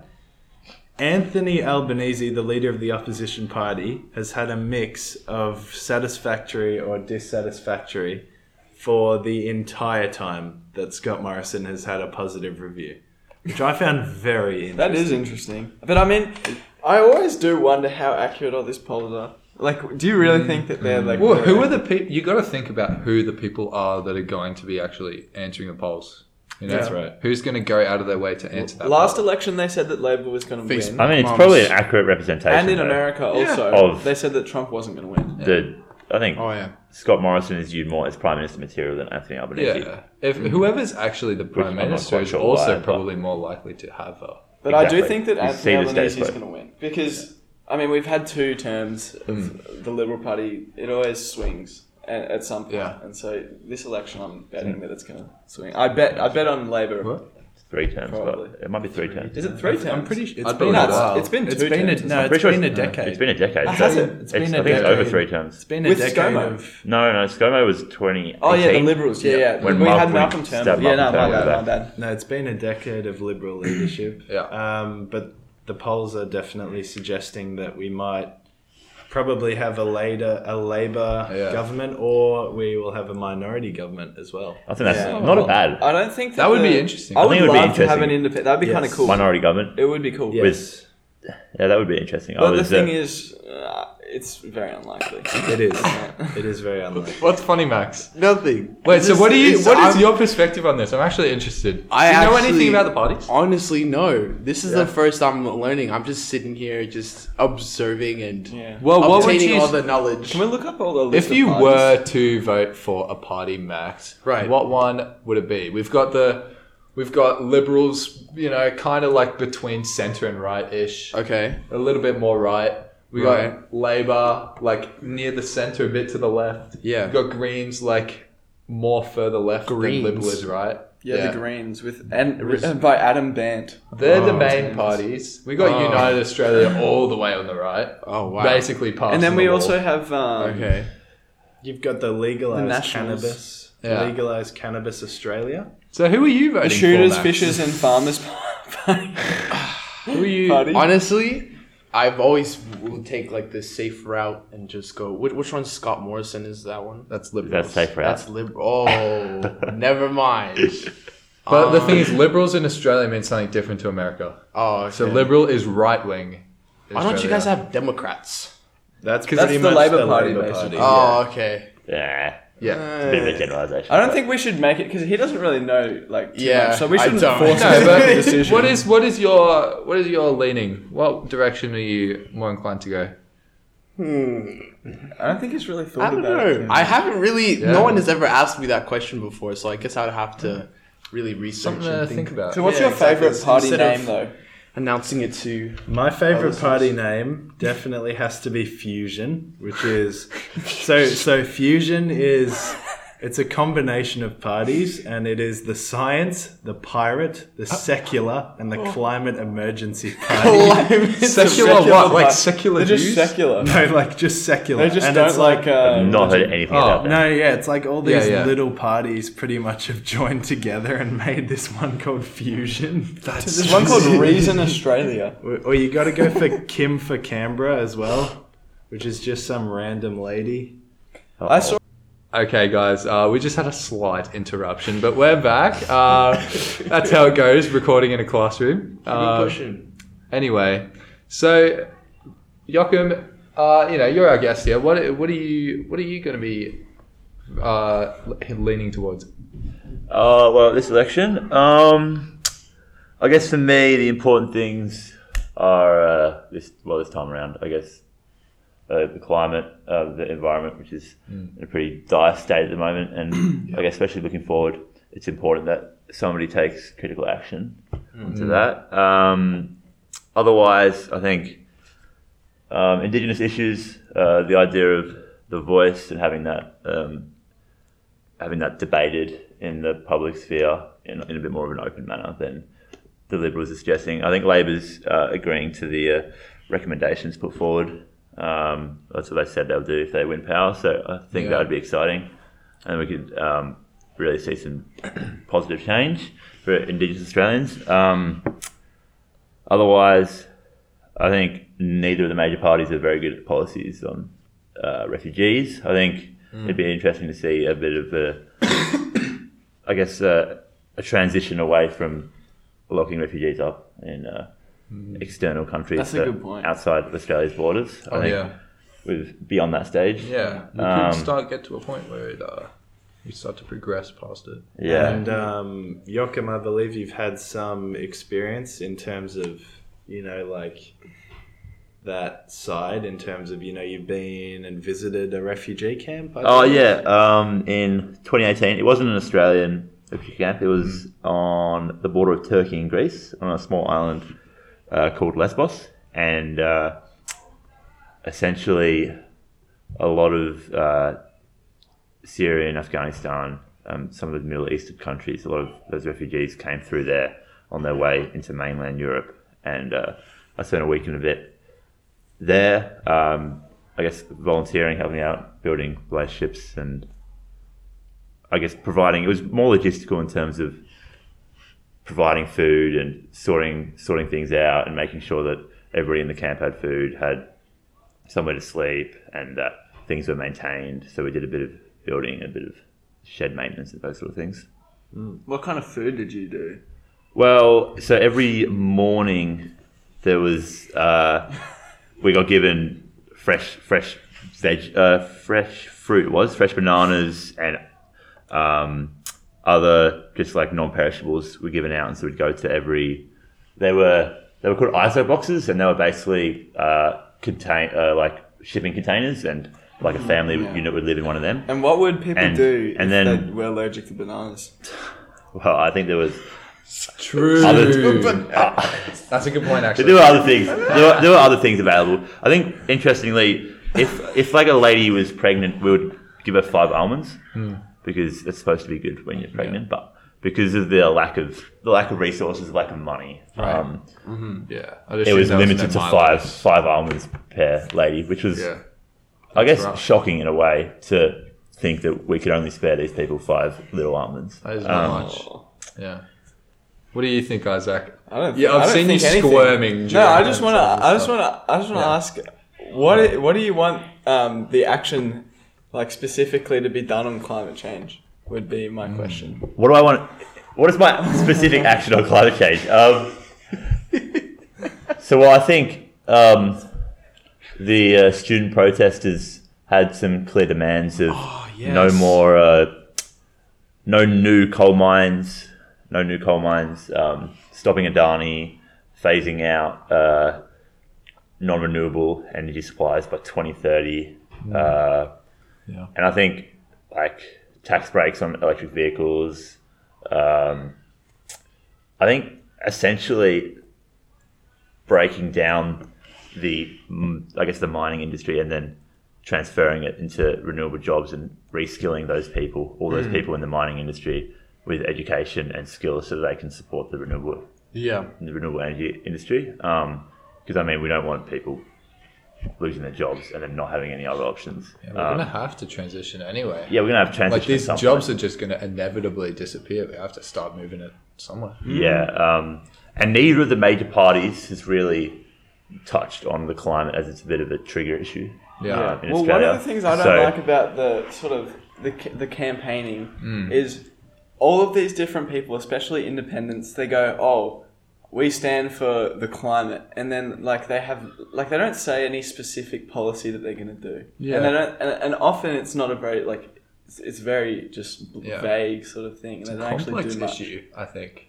[SPEAKER 3] Anthony Albanese, the leader of the opposition party, has had a mix of satisfactory or dissatisfactory for the entire time that Scott Morrison has had a positive review, which I found very interesting.
[SPEAKER 2] That is interesting. But I mean, I always do wonder how accurate all these polls are. Like, do you really think that they're like?
[SPEAKER 1] Well, who are the people? You got to think about who the people are that are going to be actually answering the polls. You know?
[SPEAKER 3] That's right.
[SPEAKER 1] Who's going to go out of their way to answer that?
[SPEAKER 2] Last
[SPEAKER 1] poll?
[SPEAKER 2] election, they said that Labour was going to
[SPEAKER 4] Facebook.
[SPEAKER 2] win,
[SPEAKER 5] I mean, it's
[SPEAKER 4] Mums.
[SPEAKER 5] probably an accurate representation.
[SPEAKER 2] and in
[SPEAKER 5] though.
[SPEAKER 2] America also,
[SPEAKER 5] Of-
[SPEAKER 2] they said that Trump wasn't going to win.
[SPEAKER 5] the I think
[SPEAKER 4] Oh yeah.
[SPEAKER 5] Scott Morrison is viewed more as prime minister material than Anthony Albanese.
[SPEAKER 1] yeah. If whoever's actually the prime
[SPEAKER 5] I'm not
[SPEAKER 1] minister
[SPEAKER 5] quite
[SPEAKER 1] is
[SPEAKER 5] sure
[SPEAKER 1] also
[SPEAKER 5] why, but-
[SPEAKER 1] probably more likely to have her.
[SPEAKER 2] But I do
[SPEAKER 5] Exactly.
[SPEAKER 2] think that
[SPEAKER 5] We
[SPEAKER 2] Anthony
[SPEAKER 5] see the status
[SPEAKER 2] Albanese is
[SPEAKER 5] quo.
[SPEAKER 2] going to win because I mean we've had two terms of
[SPEAKER 3] Hmm.
[SPEAKER 2] the Liberal Party. It always swings at, at some point,
[SPEAKER 1] Yeah.
[SPEAKER 2] and so this election, I'm betting
[SPEAKER 3] Hmm.
[SPEAKER 2] that it's going to swing. I bet. I bet on Labour.
[SPEAKER 1] What?
[SPEAKER 5] Three terms,
[SPEAKER 2] Probably.
[SPEAKER 5] but it might be three terms.
[SPEAKER 2] Is it three terms?
[SPEAKER 3] I'm pretty. sure
[SPEAKER 1] I'd
[SPEAKER 3] it's
[SPEAKER 1] be
[SPEAKER 3] been
[SPEAKER 1] like,
[SPEAKER 3] a
[SPEAKER 1] No, it's-
[SPEAKER 3] while.
[SPEAKER 2] it's been
[SPEAKER 3] It's
[SPEAKER 2] two
[SPEAKER 3] been a,
[SPEAKER 2] terms.
[SPEAKER 3] no.
[SPEAKER 5] I'm
[SPEAKER 3] It's
[SPEAKER 5] pretty sure
[SPEAKER 3] been a
[SPEAKER 5] it's-
[SPEAKER 3] decade.
[SPEAKER 5] It's been a decade.
[SPEAKER 2] Has
[SPEAKER 5] so
[SPEAKER 2] it?
[SPEAKER 3] It's
[SPEAKER 5] It's
[SPEAKER 3] been a
[SPEAKER 5] I think it's over
[SPEAKER 3] decade.
[SPEAKER 5] three terms.
[SPEAKER 3] It's been a
[SPEAKER 2] With
[SPEAKER 3] decade
[SPEAKER 2] ScoMo.
[SPEAKER 3] of
[SPEAKER 5] No, no, ScoMo was 2018.
[SPEAKER 2] Oh yeah, the Liberals. Yeah, yeah.
[SPEAKER 5] When
[SPEAKER 2] we had
[SPEAKER 5] Malcolm
[SPEAKER 2] Malcolm Turnbull.
[SPEAKER 5] stabbed
[SPEAKER 2] Yeah, no, my
[SPEAKER 5] Malcolm Turnbull
[SPEAKER 2] bad, my
[SPEAKER 5] back.
[SPEAKER 2] bad.
[SPEAKER 3] No, it's been a decade of liberal leadership.
[SPEAKER 1] Yeah.
[SPEAKER 3] Um, but the polls are definitely suggesting that we might probably have a later a Labour
[SPEAKER 1] Yeah.
[SPEAKER 3] government, or we will have a minority government as well.
[SPEAKER 5] I think that's
[SPEAKER 2] Yeah. Oh,
[SPEAKER 5] not a bad
[SPEAKER 2] I don't think that,
[SPEAKER 1] That would be
[SPEAKER 2] the-
[SPEAKER 1] interesting.
[SPEAKER 2] I
[SPEAKER 1] I
[SPEAKER 2] would
[SPEAKER 5] think it would be
[SPEAKER 2] love to have an
[SPEAKER 5] interesting.
[SPEAKER 2] independent. That'd be
[SPEAKER 3] Yes.
[SPEAKER 2] kind of cool.
[SPEAKER 5] minority government.
[SPEAKER 2] It would be cool.
[SPEAKER 3] Yes.
[SPEAKER 5] With- Yeah, that would be interesting. I
[SPEAKER 2] But the
[SPEAKER 5] was,
[SPEAKER 2] thing
[SPEAKER 5] uh,
[SPEAKER 2] is, uh, it's very unlikely.
[SPEAKER 3] It is. it is very unlikely.
[SPEAKER 1] What's funny, Max?
[SPEAKER 4] Nothing.
[SPEAKER 1] Wait, so
[SPEAKER 4] Just-
[SPEAKER 1] what do you?
[SPEAKER 4] it's-
[SPEAKER 1] What is
[SPEAKER 4] I'm-
[SPEAKER 1] your perspective on this? I'm actually interested.
[SPEAKER 4] I
[SPEAKER 1] do you know
[SPEAKER 4] actually-
[SPEAKER 1] anything about the parties?
[SPEAKER 4] Honestly, no. This is the
[SPEAKER 1] Yeah.
[SPEAKER 4] first time I'm learning. I'm just sitting here, just observing and
[SPEAKER 2] Yeah.
[SPEAKER 1] Well, what would
[SPEAKER 4] obtaining
[SPEAKER 1] you?
[SPEAKER 4] all the knowledge.
[SPEAKER 2] Can we look up all the list
[SPEAKER 1] if you
[SPEAKER 2] of parties?
[SPEAKER 1] were to vote for a party, Max,
[SPEAKER 4] Right.
[SPEAKER 1] What one would it be? We've got the, we've got liberals. You know, kind of like between centre and right ish.
[SPEAKER 4] Okay.
[SPEAKER 1] a little bit more right. We
[SPEAKER 4] Right.
[SPEAKER 1] got Labour like near the centre, a bit to the left.
[SPEAKER 4] Yeah.
[SPEAKER 1] We got Greens like more further left
[SPEAKER 4] Greens.
[SPEAKER 1] than Liberal is right.
[SPEAKER 2] Yeah, the Greens with and written by Adam Bant.
[SPEAKER 1] They're the
[SPEAKER 3] Oh.
[SPEAKER 1] main parties. We got
[SPEAKER 4] Oh.
[SPEAKER 1] United Australia all the way on the right,
[SPEAKER 4] Oh wow.
[SPEAKER 1] basically past.
[SPEAKER 2] And then
[SPEAKER 1] the
[SPEAKER 2] we
[SPEAKER 1] wall.
[SPEAKER 2] also have um,
[SPEAKER 4] Okay.
[SPEAKER 3] You've got the
[SPEAKER 2] The
[SPEAKER 3] legalized
[SPEAKER 2] Nationals.
[SPEAKER 3] cannabis,
[SPEAKER 1] Yeah.
[SPEAKER 3] legalized cannabis Australia.
[SPEAKER 1] So who are you voting
[SPEAKER 2] the shooters,
[SPEAKER 1] for? Max?
[SPEAKER 2] fishers, and farmers party.
[SPEAKER 1] Who are you?
[SPEAKER 2] Party.
[SPEAKER 4] Honestly, I've always will take like the safe route and just go. Which, which one's Scott Morrison? Is that one?
[SPEAKER 1] That's Liberal.
[SPEAKER 5] that's safe route.
[SPEAKER 4] That's liberal.
[SPEAKER 1] [LAUGHS]
[SPEAKER 4] Oh, never mind.
[SPEAKER 1] But the thing
[SPEAKER 4] Um,
[SPEAKER 1] is, Liberals in Australia mean something different to America.
[SPEAKER 4] Oh, okay.
[SPEAKER 1] So Liberal is right wing.
[SPEAKER 4] Why don't you guys have Democrats?
[SPEAKER 3] That's
[SPEAKER 2] that's
[SPEAKER 3] pretty
[SPEAKER 2] the
[SPEAKER 3] much
[SPEAKER 2] Labour
[SPEAKER 3] the
[SPEAKER 2] Party,
[SPEAKER 3] Labour
[SPEAKER 2] basically.
[SPEAKER 3] Party.
[SPEAKER 4] Oh, okay.
[SPEAKER 5] Yeah,
[SPEAKER 4] uh,
[SPEAKER 1] Yeah.
[SPEAKER 5] it's a bit of a generalisation.
[SPEAKER 2] I don't
[SPEAKER 5] but-
[SPEAKER 2] think we should make it because he doesn't really know like too
[SPEAKER 4] Yeah,
[SPEAKER 2] much, so we
[SPEAKER 4] I
[SPEAKER 2] shouldn't
[SPEAKER 4] don't.
[SPEAKER 2] force
[SPEAKER 4] No,
[SPEAKER 2] him to
[SPEAKER 1] but
[SPEAKER 2] make a decision.
[SPEAKER 1] What is what is your what is your leaning? What direction are you more inclined to go?
[SPEAKER 2] I don't think he's really thought
[SPEAKER 4] I don't
[SPEAKER 2] about
[SPEAKER 4] know.
[SPEAKER 2] it.
[SPEAKER 4] I haven't really.
[SPEAKER 1] Yeah.
[SPEAKER 4] No one has ever asked me that question before, so I guess I'd have to really research
[SPEAKER 1] Something
[SPEAKER 4] and
[SPEAKER 1] to think about.
[SPEAKER 2] so what's
[SPEAKER 4] Yeah,
[SPEAKER 2] your
[SPEAKER 4] exactly.
[SPEAKER 2] favorite party
[SPEAKER 4] Instead
[SPEAKER 2] name
[SPEAKER 4] of-
[SPEAKER 2] though?
[SPEAKER 4] announcing it to.
[SPEAKER 3] My favorite party name definitely has to be Fusion, which is so so Fusion is it's a combination of parties and it is the science, the pirate, the
[SPEAKER 2] Uh,
[SPEAKER 3] secular and the
[SPEAKER 2] oh.
[SPEAKER 3] climate
[SPEAKER 2] [LAUGHS]
[SPEAKER 3] emergency [LAUGHS] party.
[SPEAKER 1] Secular
[SPEAKER 2] Secular
[SPEAKER 1] what? Like
[SPEAKER 2] party.
[SPEAKER 1] secular
[SPEAKER 2] They're just
[SPEAKER 1] Jews?
[SPEAKER 2] secular.
[SPEAKER 3] no, like just secular.
[SPEAKER 2] They just
[SPEAKER 3] and
[SPEAKER 2] don't
[SPEAKER 3] it's
[SPEAKER 2] like. Uh,
[SPEAKER 5] I've not heard anything
[SPEAKER 1] Oh,
[SPEAKER 5] about that.
[SPEAKER 3] no, yeah, it's like all these
[SPEAKER 1] Yeah, yeah.
[SPEAKER 3] little parties pretty much have joined together and made this one called
[SPEAKER 2] [LAUGHS]
[SPEAKER 3] Fusion. That's
[SPEAKER 2] there's one called Reason Australia.
[SPEAKER 3] Or you got to go for Kim for Canberra as well, which is just some random lady.
[SPEAKER 2] I saw
[SPEAKER 1] Okay, guys, uh, we just had a slight interruption, but we're back. Uh, that's how it goes. Recording in a classroom. Uh, anyway, so Joachim, uh, you know you're our guest here. What what are you what are you going to be uh, leaning towards?
[SPEAKER 5] Uh, well, this election, um, I guess for me, the important things are uh, this. Well, this time around, I guess uh, the climate, uh, the environment, which is in a pretty dire state at the moment, and I guess especially looking forward, it's important that somebody takes critical action to that. Um, otherwise, I think um, Indigenous issues, uh, the idea of the voice and having that. Um, having that debated in the public sphere in, in a bit more of an open manner than the Liberals are suggesting. I think Labor's uh, agreeing to the uh, recommendations put forward Um, that's what they said they'll do if they win power. So I think
[SPEAKER 1] Yeah.
[SPEAKER 5] that would be exciting, and we could um, really see some positive change for Indigenous Australians. Um, otherwise, I think neither of the major parties are very good at policies on uh, refugees. I think it'd be interesting to see a bit of a, [COUGHS] I guess, uh, a transition away from locking refugees up in uh, external countries
[SPEAKER 2] That's a
[SPEAKER 5] that-
[SPEAKER 2] good point.
[SPEAKER 5] outside of Australia's borders. I
[SPEAKER 1] Oh,
[SPEAKER 5] think
[SPEAKER 1] yeah.
[SPEAKER 5] we're beyond that stage.
[SPEAKER 1] Yeah. We
[SPEAKER 5] Um,
[SPEAKER 1] could start get to a point where it, uh, we start to progress past it.
[SPEAKER 5] Yeah.
[SPEAKER 3] And um, Joachim, I believe you've had some experience in terms of, you know, like that side in terms of, you know, you've been and visited a refugee camp. I
[SPEAKER 5] Oh
[SPEAKER 3] think?
[SPEAKER 5] yeah, um, in 2018, it wasn't an Australian refugee camp. It was on the border of Turkey and Greece, on a small island uh, called Lesbos, and uh, essentially a lot of uh, Syria and Afghanistan, um, some of the Middle Eastern countries. A lot of those refugees came through there on their way into mainland Europe, and uh, I spent a week in a bit there, um, I guess volunteering, helping out, building relationships, and I guess providing. It was more logistical in terms of providing food and sorting sorting things out and making sure that everybody in the camp had food, had somewhere to sleep, and that things were maintained. So we did a bit of building, a bit of shed maintenance, and those sort of things.
[SPEAKER 2] Mm. What kind of food did you do?
[SPEAKER 5] Well, so every morning there was uh, we got given fresh fresh veg uh, fresh fruit it was fresh bananas and um, other just like non-perishables were given out, and so we'd go to every they were they were called ISO boxes, and they were basically uh, contain uh, like shipping containers, and like a family unit would live in one of them.
[SPEAKER 2] And what would people
[SPEAKER 5] And-
[SPEAKER 2] do
[SPEAKER 5] and
[SPEAKER 2] if
[SPEAKER 5] then-
[SPEAKER 2] they were allergic to bananas?
[SPEAKER 5] Well, I think there was
[SPEAKER 1] True.
[SPEAKER 5] Other-
[SPEAKER 1] [LAUGHS] That's a good point,
[SPEAKER 5] But
[SPEAKER 1] actually.
[SPEAKER 5] there were other things. There were, there were other things available. I think, interestingly, if if like a lady was pregnant, we would give her five almonds
[SPEAKER 1] Hmm.
[SPEAKER 5] because it's supposed to be good when you're pregnant. But because of the lack of the lack of resources, lack of money, um,
[SPEAKER 1] Yeah.
[SPEAKER 5] it was limited to five five almonds per lady, which was,
[SPEAKER 1] Yeah.
[SPEAKER 5] I guess,
[SPEAKER 1] rough.
[SPEAKER 5] shocking in a way to think that we could only spare these people five little almonds.
[SPEAKER 1] That is not
[SPEAKER 5] Um,
[SPEAKER 1] much. Yeah. What do you think, Isaac?
[SPEAKER 2] I don't.
[SPEAKER 1] Yeah, I've
[SPEAKER 2] I don't
[SPEAKER 1] seen you
[SPEAKER 2] think anything.
[SPEAKER 1] squirming.
[SPEAKER 2] No, I
[SPEAKER 1] during
[SPEAKER 2] just
[SPEAKER 1] that
[SPEAKER 2] want
[SPEAKER 1] sort of
[SPEAKER 2] to. I just
[SPEAKER 1] stuff.
[SPEAKER 2] want to. I just want to ask, what i- what do you want um, the action like specifically to be done on climate change? Would be my question.
[SPEAKER 5] What do I want? What is my specific action on climate change? Um, so, well, I think um, the uh, student protesters had some clear demands of no
[SPEAKER 2] yes.
[SPEAKER 5] [LAUGHS] more, uh, no new coal mines, no new coal mines, um, stopping Adani, phasing out uh, non-renewable energy supplies by 2030. Uh,
[SPEAKER 1] Yeah.
[SPEAKER 5] and I think like tax breaks on electric vehicles. Um, I think essentially breaking down the, mm, I guess, the mining industry and then transferring it into renewable jobs and reskilling those people, all
[SPEAKER 1] Mm.
[SPEAKER 5] those people in the mining industry, with education and skills so that they can support the renewable
[SPEAKER 1] Yeah.
[SPEAKER 5] the renewable energy industry. Because I mean, we don't want people losing their jobs and then not having any other options.
[SPEAKER 1] Yeah,
[SPEAKER 5] Um,
[SPEAKER 1] we're gonna have to transition anyway.
[SPEAKER 5] we're gonna have transition.
[SPEAKER 1] Like these
[SPEAKER 5] at some
[SPEAKER 1] jobs are just gonna inevitably disappear. We have to start moving it somewhere.
[SPEAKER 5] Yeah, um, and neither of the major parties has really touched on the climate as it's a bit of a trigger issue. uh,
[SPEAKER 1] Yeah.
[SPEAKER 5] in
[SPEAKER 2] Well, one
[SPEAKER 5] Australia.
[SPEAKER 2] of the things I don't
[SPEAKER 5] So-
[SPEAKER 2] like about the sort of the ca- the campaigning is all of these different people, especially independents, they go, "Oh, we stand for the climate," and then like they have like they don't say any specific policy that they're going to do,
[SPEAKER 1] Yeah.
[SPEAKER 2] and they don't, and, and often it's not a very like it's, it's very just bl-
[SPEAKER 1] Yeah.
[SPEAKER 2] vague sort of thing, and they don't actually
[SPEAKER 1] complex
[SPEAKER 2] do much.
[SPEAKER 1] issue, I think,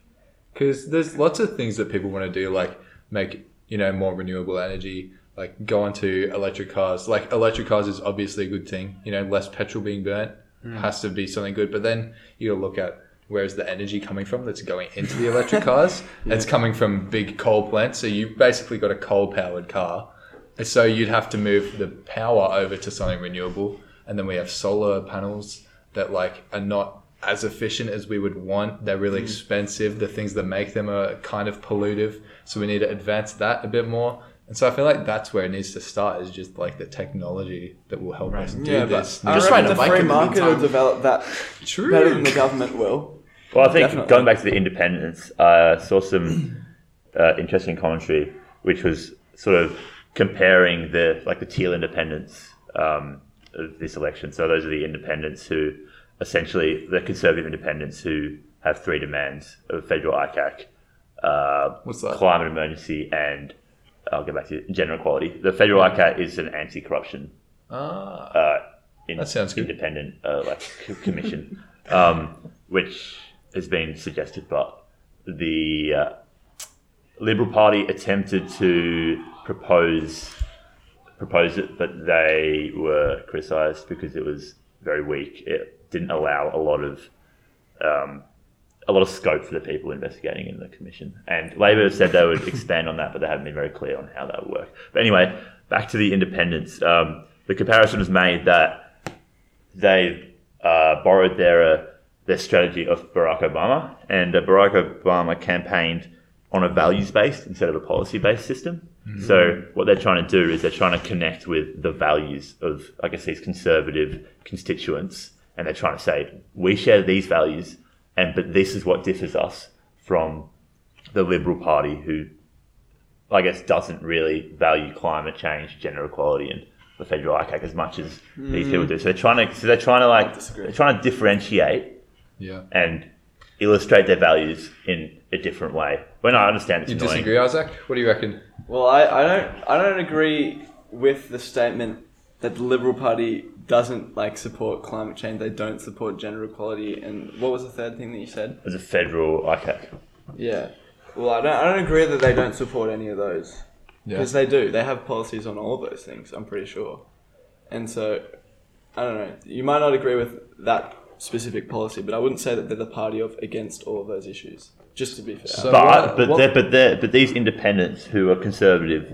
[SPEAKER 1] because there's lots of things that people want to do, like make you know more renewable energy, like go onto electric cars. Like electric cars is obviously a good thing, you know, less petrol being burnt has to be something good. But then you gotta look at where's the energy coming from that's going into the electric cars. It's coming from big coal plants, so you basically got a coal powered car. So you'd have to move the power over to something renewable, and then we have solar panels that like are not as efficient as we would want. They're
[SPEAKER 2] Hmm.
[SPEAKER 1] really expensive. The things that make them are kind of pollutive, so we need to advance that a bit more. And so I feel like that's where it needs to start is just like the technology that will help us do
[SPEAKER 2] yeah, but
[SPEAKER 1] this.
[SPEAKER 2] I
[SPEAKER 4] Just
[SPEAKER 2] reckon
[SPEAKER 4] ride a
[SPEAKER 2] the
[SPEAKER 4] bike
[SPEAKER 2] free
[SPEAKER 4] in the
[SPEAKER 2] market will
[SPEAKER 4] meantime.
[SPEAKER 2] develop that
[SPEAKER 1] True.
[SPEAKER 2] better than the government will.
[SPEAKER 5] Well, I think
[SPEAKER 2] Definitely.
[SPEAKER 5] going back to the independence, I saw some uh, interesting commentary, which was sort of comparing the like the teal independents um, of this election. So those are the independents who, essentially, the conservative independents who have three demands of federal ICAC, uh,
[SPEAKER 1] What's that?
[SPEAKER 5] climate emergency, and I'll get back to you, gender equality. The federal ICAC is an anti-corruption
[SPEAKER 1] Mm-hmm. Ah,
[SPEAKER 5] uh, in,
[SPEAKER 1] That sounds good.
[SPEAKER 5] independent uh, like c- commission, um, which has been suggested, but the uh, Liberal Party attempted to propose propose it, but they were criticised because it was very weak. It didn't allow a lot of um, a lot of scope for the people investigating in the commission. And Labor said they would expand on that, but they haven't been very clear on how that would work. But anyway, back to the independents. Um, the comparison was made that they uh, borrowed their uh, their strategy of Barack Obama, and uh, Barack Obama campaigned on a values based instead of a policy based system. So what they're trying to do is they're trying to connect with the values of, I guess, these conservative constituents, and they're trying to say we share these values, and but this is what differs us from the Liberal Party, who I guess doesn't really value climate change, gender equality, and the federal ICAC as much as these
[SPEAKER 1] Mm.
[SPEAKER 5] people do. So they're trying to, so they're trying to like,
[SPEAKER 2] disagree.
[SPEAKER 5] they're trying to differentiate
[SPEAKER 1] yeah.
[SPEAKER 5] and illustrate their values in a different way. When I understand it's
[SPEAKER 1] You
[SPEAKER 5] annoying.
[SPEAKER 1] disagree, Isaac? What do you reckon?
[SPEAKER 2] Well, I, I don't I don't agree with the statement that the Liberal Party doesn't like support climate change. They don't support gender equality. And what was the third thing that you said?
[SPEAKER 5] As a federal ICAC,
[SPEAKER 2] Yeah. Well, I don't I don't agree that they don't support any of those
[SPEAKER 1] Yeah.
[SPEAKER 2] because they do. They have policies on all of those things. I'm pretty sure. And so, I don't know. You might not agree with that specific policy, but I wouldn't say that they're the party of against all of those issues. Just to be fair.
[SPEAKER 1] So
[SPEAKER 5] but
[SPEAKER 1] what-
[SPEAKER 5] but
[SPEAKER 1] what-
[SPEAKER 5] they're, but they're, but these independents who are conservative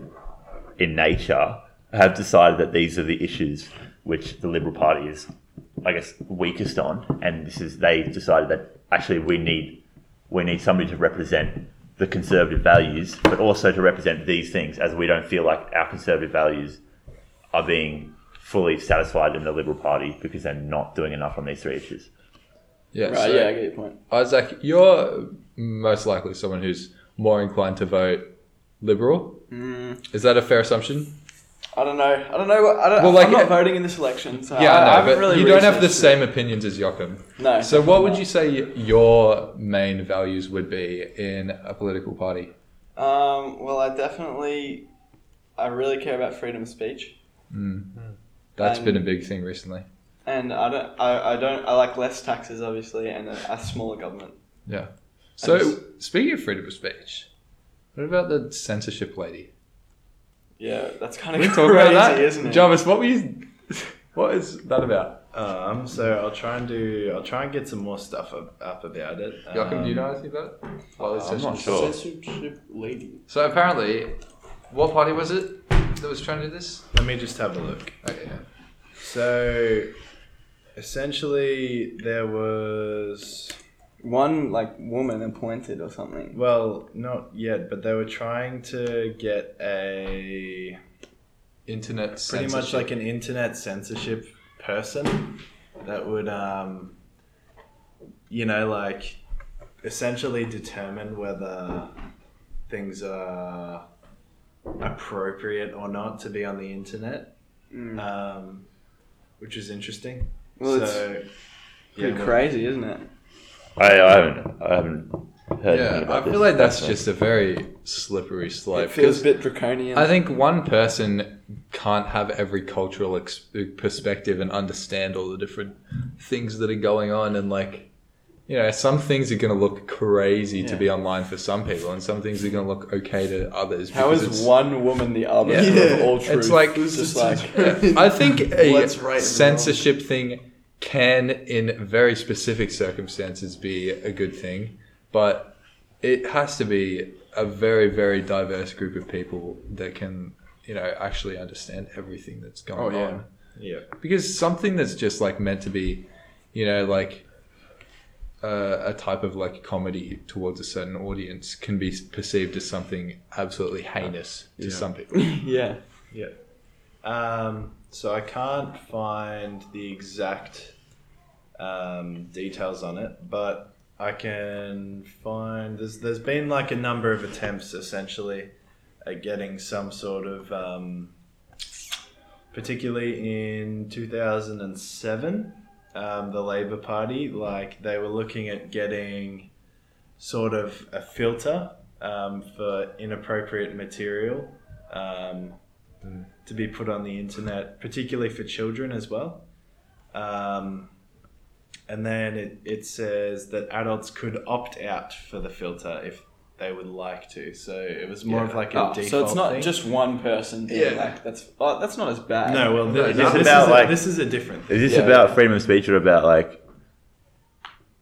[SPEAKER 5] in nature have decided that these are the issues which the Liberal Party is, I guess, weakest on, and this is they decided that actually we need we need somebody to represent the conservative values, but also to represent these things, as we don't feel like our conservative values are being fully satisfied in the Liberal Party because they're not doing enough on these three issues.
[SPEAKER 1] yeah,
[SPEAKER 2] right.
[SPEAKER 1] so-
[SPEAKER 2] yeah, I get your point.
[SPEAKER 1] Isaac, you're most likely someone who's more inclined to vote liberal.
[SPEAKER 2] Mm.
[SPEAKER 1] Is that a fair assumption?
[SPEAKER 2] I don't know. I don't know. What, I don't.
[SPEAKER 1] Well, like,
[SPEAKER 2] I'm not
[SPEAKER 1] uh,
[SPEAKER 2] voting in this election, so
[SPEAKER 1] Yeah,
[SPEAKER 2] I, I
[SPEAKER 1] I know,
[SPEAKER 2] haven't
[SPEAKER 1] but
[SPEAKER 2] really
[SPEAKER 1] you don't have the
[SPEAKER 2] researched
[SPEAKER 1] same opinions as Joachim.
[SPEAKER 2] it. No.
[SPEAKER 1] So, what would you say your main values would be in a political party?
[SPEAKER 2] Um, well, I definitely, I really care about freedom of speech,
[SPEAKER 1] That's
[SPEAKER 2] Um,
[SPEAKER 1] been a big thing recently.
[SPEAKER 2] and I don't. I, I don't. I like less taxes, obviously, and a, a smaller government.
[SPEAKER 1] So,
[SPEAKER 2] just-
[SPEAKER 1] speaking of freedom of speech, what about the censorship lady?
[SPEAKER 2] Yeah, that's kind of
[SPEAKER 1] Can we
[SPEAKER 2] [LAUGHS] crazy,
[SPEAKER 1] talk about that,
[SPEAKER 2] isn't it?
[SPEAKER 1] Jarvis? What were you? [LAUGHS] What is that about?
[SPEAKER 3] Um, so I'll try and do. I'll try and get some more stuff up, up about it. Um,
[SPEAKER 1] Joachim, do you know anything about it? Well, it's
[SPEAKER 5] I'm not
[SPEAKER 1] censorship.
[SPEAKER 5] sure.
[SPEAKER 4] Censorship lady.
[SPEAKER 1] So apparently, what party was it that was trying to do this?
[SPEAKER 3] Let me just have a look.
[SPEAKER 1] Okay.
[SPEAKER 3] So, essentially, there was
[SPEAKER 2] One like woman appointed or something.
[SPEAKER 3] well, not yet, but they were trying to get a
[SPEAKER 1] Internet
[SPEAKER 3] pretty much like an internet censorship person that would, um, you know, like essentially determine whether things are appropriate or not to be on the internet,
[SPEAKER 2] Mm.
[SPEAKER 3] um, which is interesting.
[SPEAKER 2] Well, it's
[SPEAKER 3] so,
[SPEAKER 2] Pretty
[SPEAKER 3] well-
[SPEAKER 2] crazy, isn't it?
[SPEAKER 5] I, I haven't I haven't heard. anything
[SPEAKER 1] yeah, I
[SPEAKER 5] about
[SPEAKER 1] feel
[SPEAKER 5] this.
[SPEAKER 1] like that's just a very slippery slope.
[SPEAKER 2] it feels a
[SPEAKER 1] 'cause
[SPEAKER 2] bit draconian.
[SPEAKER 1] I think one person can't have every cultural ex- perspective and understand all the different things that are going on and like you know some things are going to look crazy to
[SPEAKER 2] Yeah.
[SPEAKER 1] be online for some people and some things are going to look okay to others
[SPEAKER 2] How
[SPEAKER 1] because
[SPEAKER 2] is
[SPEAKER 1] it's-
[SPEAKER 2] one woman the arbiter
[SPEAKER 4] Yeah.
[SPEAKER 2] of all truth?
[SPEAKER 1] it's like,
[SPEAKER 2] It's just like
[SPEAKER 1] Yeah. I think a
[SPEAKER 4] What's right and
[SPEAKER 1] censorship thing can, in very specific circumstances, be a good thing, but it has to be a very, very diverse group of people that can, you know, actually understand everything that's going
[SPEAKER 2] Oh, yeah.
[SPEAKER 1] on.
[SPEAKER 3] Yeah.
[SPEAKER 1] Because something that's just like meant to be, you know, like uh, a type of like comedy towards a certain audience can be perceived as something absolutely heinous to
[SPEAKER 3] Yeah.
[SPEAKER 1] some people.
[SPEAKER 2] [LAUGHS] yeah.
[SPEAKER 3] Yeah. Um, so I can't find the exact um, details on it, but I can find there's there's been like a number of attempts essentially at getting some sort of um, particularly in 2007 um, the Labour Party like they were looking at getting sort of a filter um, for inappropriate material um, to be put on the internet, particularly for children as well. Um, and then it, it says that adults could opt out for the filter if they would like to. So it was more of like a
[SPEAKER 2] Oh,
[SPEAKER 3] default.
[SPEAKER 2] so it's not
[SPEAKER 3] thing.
[SPEAKER 2] just one person. Being
[SPEAKER 1] Yeah.
[SPEAKER 2] like that's oh, that's not as bad.
[SPEAKER 3] no. Well,
[SPEAKER 1] No,
[SPEAKER 3] th-
[SPEAKER 1] this
[SPEAKER 3] this,
[SPEAKER 1] is
[SPEAKER 3] is
[SPEAKER 5] about,
[SPEAKER 3] a,
[SPEAKER 5] like-
[SPEAKER 3] this is a different.
[SPEAKER 5] Is this
[SPEAKER 1] Yeah.
[SPEAKER 5] about freedom of speech or about like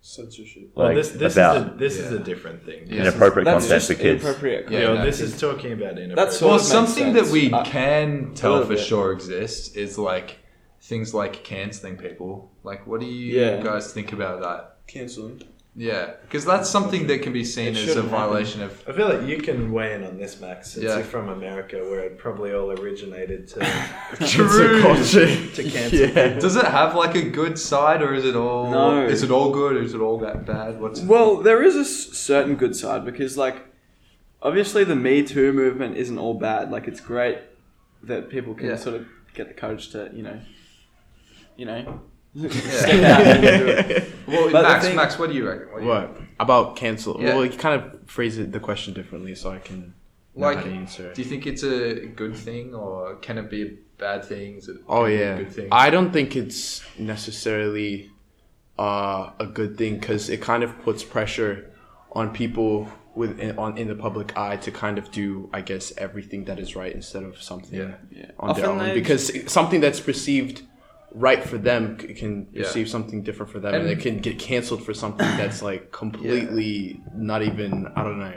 [SPEAKER 2] censorship.
[SPEAKER 5] like
[SPEAKER 3] well, this this
[SPEAKER 5] about
[SPEAKER 3] is a, this is
[SPEAKER 1] Yeah.
[SPEAKER 3] a different thing.
[SPEAKER 1] Yeah.
[SPEAKER 5] inappropriate
[SPEAKER 2] That's
[SPEAKER 5] content
[SPEAKER 2] just
[SPEAKER 5] for kids?
[SPEAKER 2] inappropriate.
[SPEAKER 1] Yeah.
[SPEAKER 3] Yeah,
[SPEAKER 1] no,
[SPEAKER 3] this is talking about inappropriate.
[SPEAKER 2] sort
[SPEAKER 1] well,
[SPEAKER 2] of makes
[SPEAKER 1] something that
[SPEAKER 2] sense.
[SPEAKER 1] we
[SPEAKER 2] Uh,
[SPEAKER 1] can tell
[SPEAKER 2] little
[SPEAKER 1] for
[SPEAKER 2] bit.
[SPEAKER 1] sure exists is like things like canceling people. Like, what do you
[SPEAKER 2] Yeah.
[SPEAKER 1] guys think about that?
[SPEAKER 2] Canceling.
[SPEAKER 1] Yeah, because that's something that can be seen
[SPEAKER 2] It
[SPEAKER 1] as a
[SPEAKER 2] shouldn't happen.
[SPEAKER 1] violation of.
[SPEAKER 2] [LAUGHS]
[SPEAKER 3] I feel like you can weigh in on this, Max, since
[SPEAKER 1] Yeah.
[SPEAKER 3] you're from America, where it probably all originated to
[SPEAKER 1] True.
[SPEAKER 3] to cancel.
[SPEAKER 5] yeah.
[SPEAKER 1] Does it have like a good side, or is it all?
[SPEAKER 2] No.
[SPEAKER 1] Is it all good? Or is it all that bad? What's
[SPEAKER 2] Well, there is a s- certain good side because, like, obviously the Me Too movement isn't all bad. Like, it's great that people can
[SPEAKER 1] Yeah.
[SPEAKER 2] sort of get the courage to, you know, you [LAUGHS] know, step out and do it.
[SPEAKER 4] Yeah.
[SPEAKER 1] Well,
[SPEAKER 2] But the
[SPEAKER 1] Max,
[SPEAKER 2] thing-
[SPEAKER 1] Max, what do you reckon? What do you-
[SPEAKER 4] what about cancel?
[SPEAKER 1] Yeah.
[SPEAKER 4] Well, you kind of phrase it the question differently, so I can know
[SPEAKER 1] Like,
[SPEAKER 4] how to answer it.
[SPEAKER 1] Do you think it's a good thing, or can it be a bad thing? Is it
[SPEAKER 4] Oh
[SPEAKER 1] can it be a
[SPEAKER 4] yeah,
[SPEAKER 1] good thing?
[SPEAKER 4] I don't think it's necessarily uh, a good thing because it kind of puts pressure on people with in, on in the public eye to kind of do, I guess, everything that is right instead of something
[SPEAKER 1] Yeah.
[SPEAKER 2] Yeah.
[SPEAKER 4] on
[SPEAKER 2] Often
[SPEAKER 4] their own
[SPEAKER 2] they-
[SPEAKER 4] because something that's perceived right for them c- can
[SPEAKER 1] Yeah.
[SPEAKER 4] perceive something different for them and,
[SPEAKER 1] And-
[SPEAKER 4] they can get canceled for something that's
[SPEAKER 1] [COUGHS]
[SPEAKER 4] like completely not even I don't know.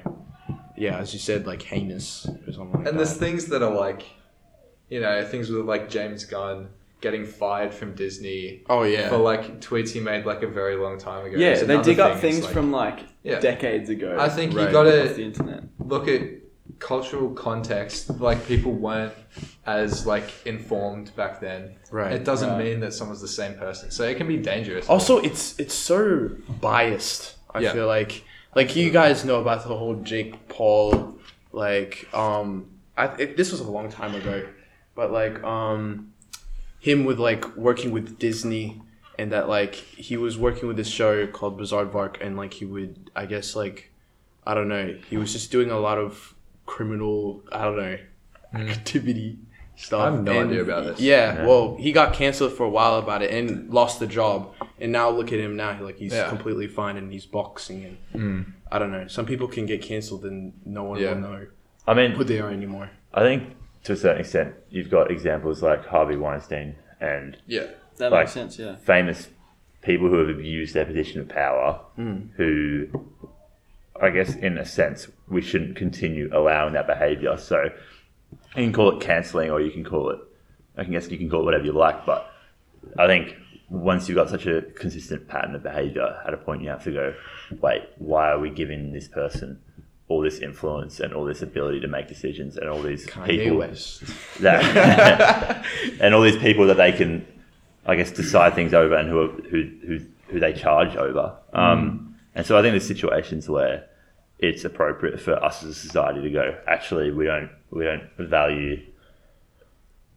[SPEAKER 4] Yeah, as you said, like heinous or something. Like
[SPEAKER 1] And
[SPEAKER 4] that.
[SPEAKER 1] there's things that are like, you know, things with like James Gunn getting fired from Disney
[SPEAKER 4] oh yeah,
[SPEAKER 1] for like tweets he made like a very long time ago.
[SPEAKER 2] [LAUGHS] Yeah,
[SPEAKER 1] It's
[SPEAKER 2] they
[SPEAKER 1] another
[SPEAKER 2] dig up
[SPEAKER 1] thing. It's
[SPEAKER 2] things
[SPEAKER 1] like-
[SPEAKER 2] from like
[SPEAKER 1] Yeah.
[SPEAKER 2] decades ago.
[SPEAKER 1] I think you
[SPEAKER 4] Right.
[SPEAKER 2] off the
[SPEAKER 1] gotta
[SPEAKER 2] internet.
[SPEAKER 1] look at cultural context. Like people weren't as like informed back then.
[SPEAKER 4] Right.
[SPEAKER 1] It doesn't
[SPEAKER 2] Right.
[SPEAKER 1] mean that someone's the same person, so it can be dangerous.
[SPEAKER 4] Also, it's it's so biased. I
[SPEAKER 1] Yeah.
[SPEAKER 4] feel like like you guys know about the whole Jake Paul like um I it, this was a long time ago, but like um him with like working with Disney and that like he was working with this show called Bizarre Vark and like he would I guess like I don't know he was just doing a lot of criminal I don't know activity stuff.
[SPEAKER 1] Mm. I have no
[SPEAKER 4] And-
[SPEAKER 1] idea about this.
[SPEAKER 4] yeah, well, he got canceled for a while about it and lost the job. And now look at him now. he- Like he's
[SPEAKER 1] Yeah. Hmm.
[SPEAKER 4] completely fine and he's boxing and I don't know. Some people can get canceled and no one
[SPEAKER 1] Yeah.
[SPEAKER 4] will know
[SPEAKER 5] I mean,
[SPEAKER 4] who they are anymore.
[SPEAKER 5] I think to a certain extent, you've got examples like Harvey Weinstein and
[SPEAKER 1] yeah.
[SPEAKER 2] That
[SPEAKER 5] Like-
[SPEAKER 2] makes sense. Yeah.
[SPEAKER 5] famous people who have abused their position of power, who I guess, in a sense, we shouldn't continue allowing that behavior. So you can call it canceling or you can call it, I can guess you can call it whatever you like, but I think once you've got such a consistent pattern of behavior, at a point you have to go, wait, why are we giving this person? All this influence and all this ability to make decisions and all these
[SPEAKER 4] Kanye
[SPEAKER 5] people
[SPEAKER 4] West.
[SPEAKER 5] that and all these people that they can, I guess, decide things over and who are, who who who they charge over. Um, And so I think there's situations where it's appropriate for us as a society to go. Actually, we don't we don't value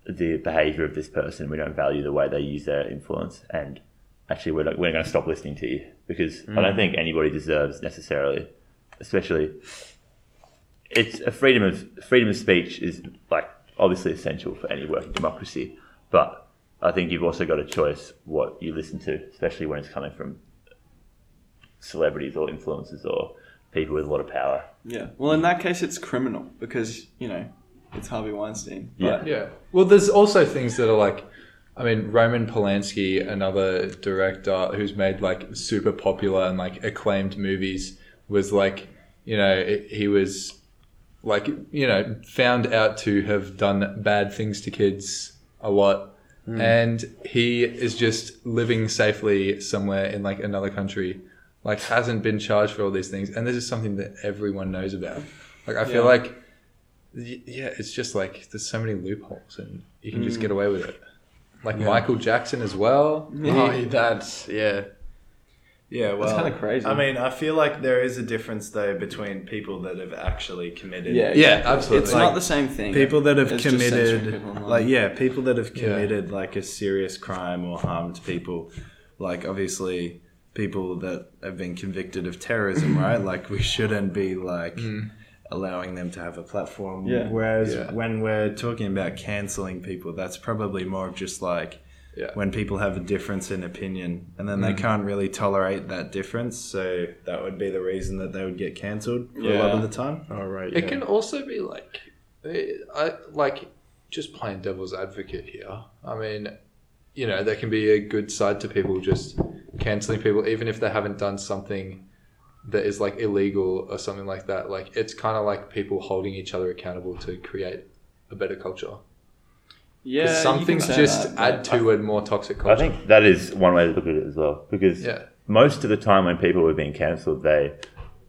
[SPEAKER 5] the behavior of this person. We don't value the way they use their influence, and actually, we're not, we're going to stop listening to you because I don't think anybody deserves necessarily, especially it's a freedom of freedom of speech is like obviously essential for any working democracy, but I think you've also got a choice what you listen to, especially when it's coming from celebrities or influencers or people with a lot of power.
[SPEAKER 2] Yeah. Well, in that case, it's criminal because you know it's Harvey Weinstein.
[SPEAKER 5] Yeah.
[SPEAKER 2] But
[SPEAKER 1] Yeah. Well, there's also things that are like, I mean, Roman Polanski, another director who's made like super popular and like acclaimed movies, was like, you know, it, he was like, you know, found out to have done bad things to kids a lot. And he is just living safely somewhere in like another country like hasn't been charged for all these things, and this is something that everyone knows about. Like I feel
[SPEAKER 2] Yeah.
[SPEAKER 1] like, y- yeah, it's just like there's so many loopholes, and you can just
[SPEAKER 2] Mm.
[SPEAKER 1] get away with it. Like Michael Jackson as well.
[SPEAKER 4] Oh, that's yeah.
[SPEAKER 3] Yeah, well,
[SPEAKER 2] kinda crazy.
[SPEAKER 3] I mean, I feel like there is a difference though between people that have actually committed.
[SPEAKER 2] Yeah,
[SPEAKER 1] Yeah, absolutely.
[SPEAKER 2] It's
[SPEAKER 3] Like,
[SPEAKER 2] not the same thing.
[SPEAKER 3] People that have
[SPEAKER 2] It's just censoring
[SPEAKER 3] committed,
[SPEAKER 2] people online.
[SPEAKER 3] like yeah, people that have
[SPEAKER 1] Yeah.
[SPEAKER 3] committed like a serious crime or harmed people, like obviously people that have been convicted of terrorism, right?
[SPEAKER 1] [CLEARS THROAT]
[SPEAKER 3] Like we shouldn't be like allowing them to have a platform.
[SPEAKER 2] Yeah.
[SPEAKER 3] Whereas
[SPEAKER 1] Mm. Yeah.
[SPEAKER 3] when we're talking about canceling people, that's probably more of just like
[SPEAKER 1] Yeah. Mm.
[SPEAKER 3] when people have a difference in opinion and then they can't really tolerate that difference. So that would be the reason that they would get cancelled a lot
[SPEAKER 2] Yeah.
[SPEAKER 3] of the time. All right.
[SPEAKER 1] It can also be like, eh, I like just playing devil's advocate here. I mean, you know, there can be a good side to people just canceling people, even if they haven't done something that is like illegal or something like that. Like it's kind of like people holding each other accountable to create a better culture. 'Cause
[SPEAKER 2] yeah,
[SPEAKER 1] some
[SPEAKER 2] you can
[SPEAKER 1] things
[SPEAKER 2] say
[SPEAKER 1] just
[SPEAKER 2] that, but
[SPEAKER 1] add to a more toxic culture.
[SPEAKER 5] I think that is one way to look at it as well, because
[SPEAKER 1] Yeah.
[SPEAKER 5] most of the time when people are being cancelled, they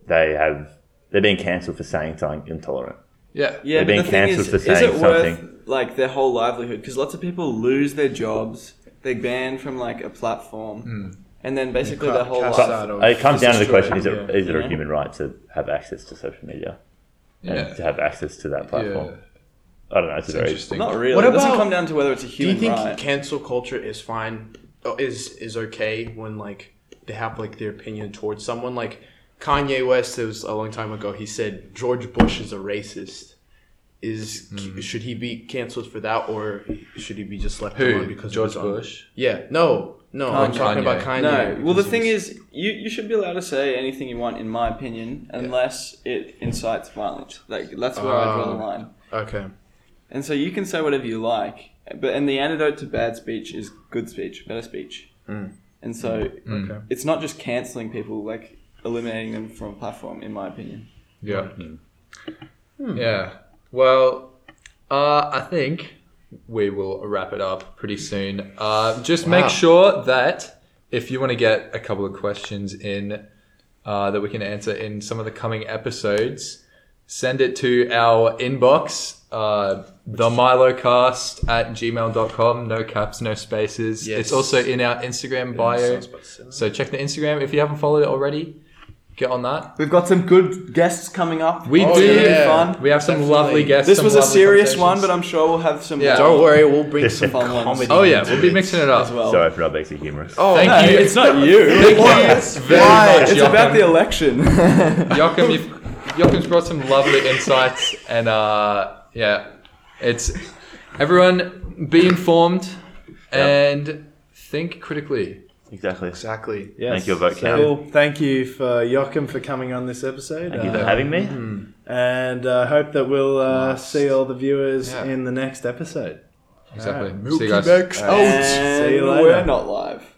[SPEAKER 5] they have they're being cancelled for saying something intolerant.
[SPEAKER 1] yeah.
[SPEAKER 2] Yeah,
[SPEAKER 5] They're
[SPEAKER 2] but
[SPEAKER 5] being
[SPEAKER 2] the thing
[SPEAKER 5] cancelled
[SPEAKER 2] is,
[SPEAKER 5] for
[SPEAKER 2] is
[SPEAKER 5] saying
[SPEAKER 2] it worth
[SPEAKER 5] something.
[SPEAKER 2] like their whole livelihood? Because lots of people lose their jobs, they're banned from like a platform, and then basically their whole
[SPEAKER 3] cast
[SPEAKER 2] life.
[SPEAKER 3] out of-
[SPEAKER 5] It comes down to the
[SPEAKER 3] destroy
[SPEAKER 5] question: Is it is
[SPEAKER 3] yeah.
[SPEAKER 5] it a
[SPEAKER 2] Yeah.
[SPEAKER 5] human right to have access to social media and
[SPEAKER 1] Yeah.
[SPEAKER 5] to have access to that platform?
[SPEAKER 1] Yeah.
[SPEAKER 5] I don't know. It's,
[SPEAKER 1] It's
[SPEAKER 5] a very
[SPEAKER 1] interesting.
[SPEAKER 2] Not really.
[SPEAKER 4] What
[SPEAKER 2] it doesn't
[SPEAKER 4] about-
[SPEAKER 2] come down to whether it's a
[SPEAKER 4] Do you
[SPEAKER 2] human
[SPEAKER 4] think
[SPEAKER 2] right.
[SPEAKER 4] cancel culture is fine? Or is is okay when like they have like their opinion towards someone? Like Kanye West, it was a long time ago. He said George Bush is a racist. Is
[SPEAKER 1] Hmm.
[SPEAKER 4] should he be canceled for that, or should he be just left
[SPEAKER 1] Who?
[SPEAKER 4] alone because
[SPEAKER 1] George
[SPEAKER 4] he was on-
[SPEAKER 1] Bush.
[SPEAKER 4] Yeah, no, no. I'm
[SPEAKER 1] Kanye.
[SPEAKER 4] talking about Kanye.
[SPEAKER 2] No. Well, the
[SPEAKER 4] because
[SPEAKER 2] thing
[SPEAKER 4] he's-
[SPEAKER 2] is, you, you should be allowed to say anything you want, in my opinion, unless it incites violence. Like that's where I draw the
[SPEAKER 4] Oh.
[SPEAKER 2] line.
[SPEAKER 4] okay.
[SPEAKER 2] And so you can say whatever you like, but and the antidote to bad speech is good speech, better speech. And so
[SPEAKER 3] Okay.
[SPEAKER 2] it's not just canceling people, like eliminating them from a platform, in my opinion.
[SPEAKER 1] Yeah.
[SPEAKER 4] Mm-hmm.
[SPEAKER 1] Hmm. Yeah. Well, uh, I think we will wrap it up pretty soon. Uh, just
[SPEAKER 4] Wow.
[SPEAKER 1] make sure that if you want to get a couple of questions in uh, that we can answer in some of the coming episodes, send it to our inbox, uh, themilocast at gmail.com. No caps, no spaces.
[SPEAKER 4] Yes.
[SPEAKER 1] It's also in our Instagram bio. So check the Instagram. If you haven't followed it already, get on that.
[SPEAKER 2] We've got some good guests coming up.
[SPEAKER 1] We
[SPEAKER 2] It's
[SPEAKER 1] do.
[SPEAKER 2] gonna be
[SPEAKER 4] Oh, yeah.
[SPEAKER 2] fun.
[SPEAKER 1] We have some
[SPEAKER 4] Definitely.
[SPEAKER 1] lovely guests.
[SPEAKER 2] This
[SPEAKER 1] some
[SPEAKER 2] was a
[SPEAKER 1] lovely
[SPEAKER 2] serious one,
[SPEAKER 1] conversations.
[SPEAKER 2] but I'm sure we'll have some
[SPEAKER 1] Yeah.
[SPEAKER 4] Don't worry, we'll bring some
[SPEAKER 2] fun
[SPEAKER 4] comedy.
[SPEAKER 2] ones
[SPEAKER 1] Oh yeah, we'll be mixing it up.
[SPEAKER 2] as well.
[SPEAKER 5] sorry for not being so humorous.
[SPEAKER 4] Oh,
[SPEAKER 1] Thank
[SPEAKER 2] No,
[SPEAKER 1] you.
[SPEAKER 2] it's not you.
[SPEAKER 1] [LAUGHS] Thank you
[SPEAKER 4] Yes.
[SPEAKER 1] very
[SPEAKER 2] Why?
[SPEAKER 1] much,
[SPEAKER 2] It's
[SPEAKER 1] Joachim.
[SPEAKER 2] about the election.
[SPEAKER 1] Joachim, you've, Joachim's brought some lovely insights, and uh, yeah, it's everyone be informed and think critically.
[SPEAKER 5] exactly.
[SPEAKER 4] Exactly.
[SPEAKER 3] Yes.
[SPEAKER 5] Thank you, vote
[SPEAKER 3] so, Thank you for Joachim for coming on this episode.
[SPEAKER 5] Thank you
[SPEAKER 3] Uh,
[SPEAKER 5] for having me.
[SPEAKER 3] and uh, hope that we'll uh, see all the viewers
[SPEAKER 1] Yeah.
[SPEAKER 3] in the next episode.
[SPEAKER 1] Exactly.
[SPEAKER 3] Alright.
[SPEAKER 1] See you guys.
[SPEAKER 4] Milky Bucks out.
[SPEAKER 2] And
[SPEAKER 3] See you later.
[SPEAKER 2] We're not live.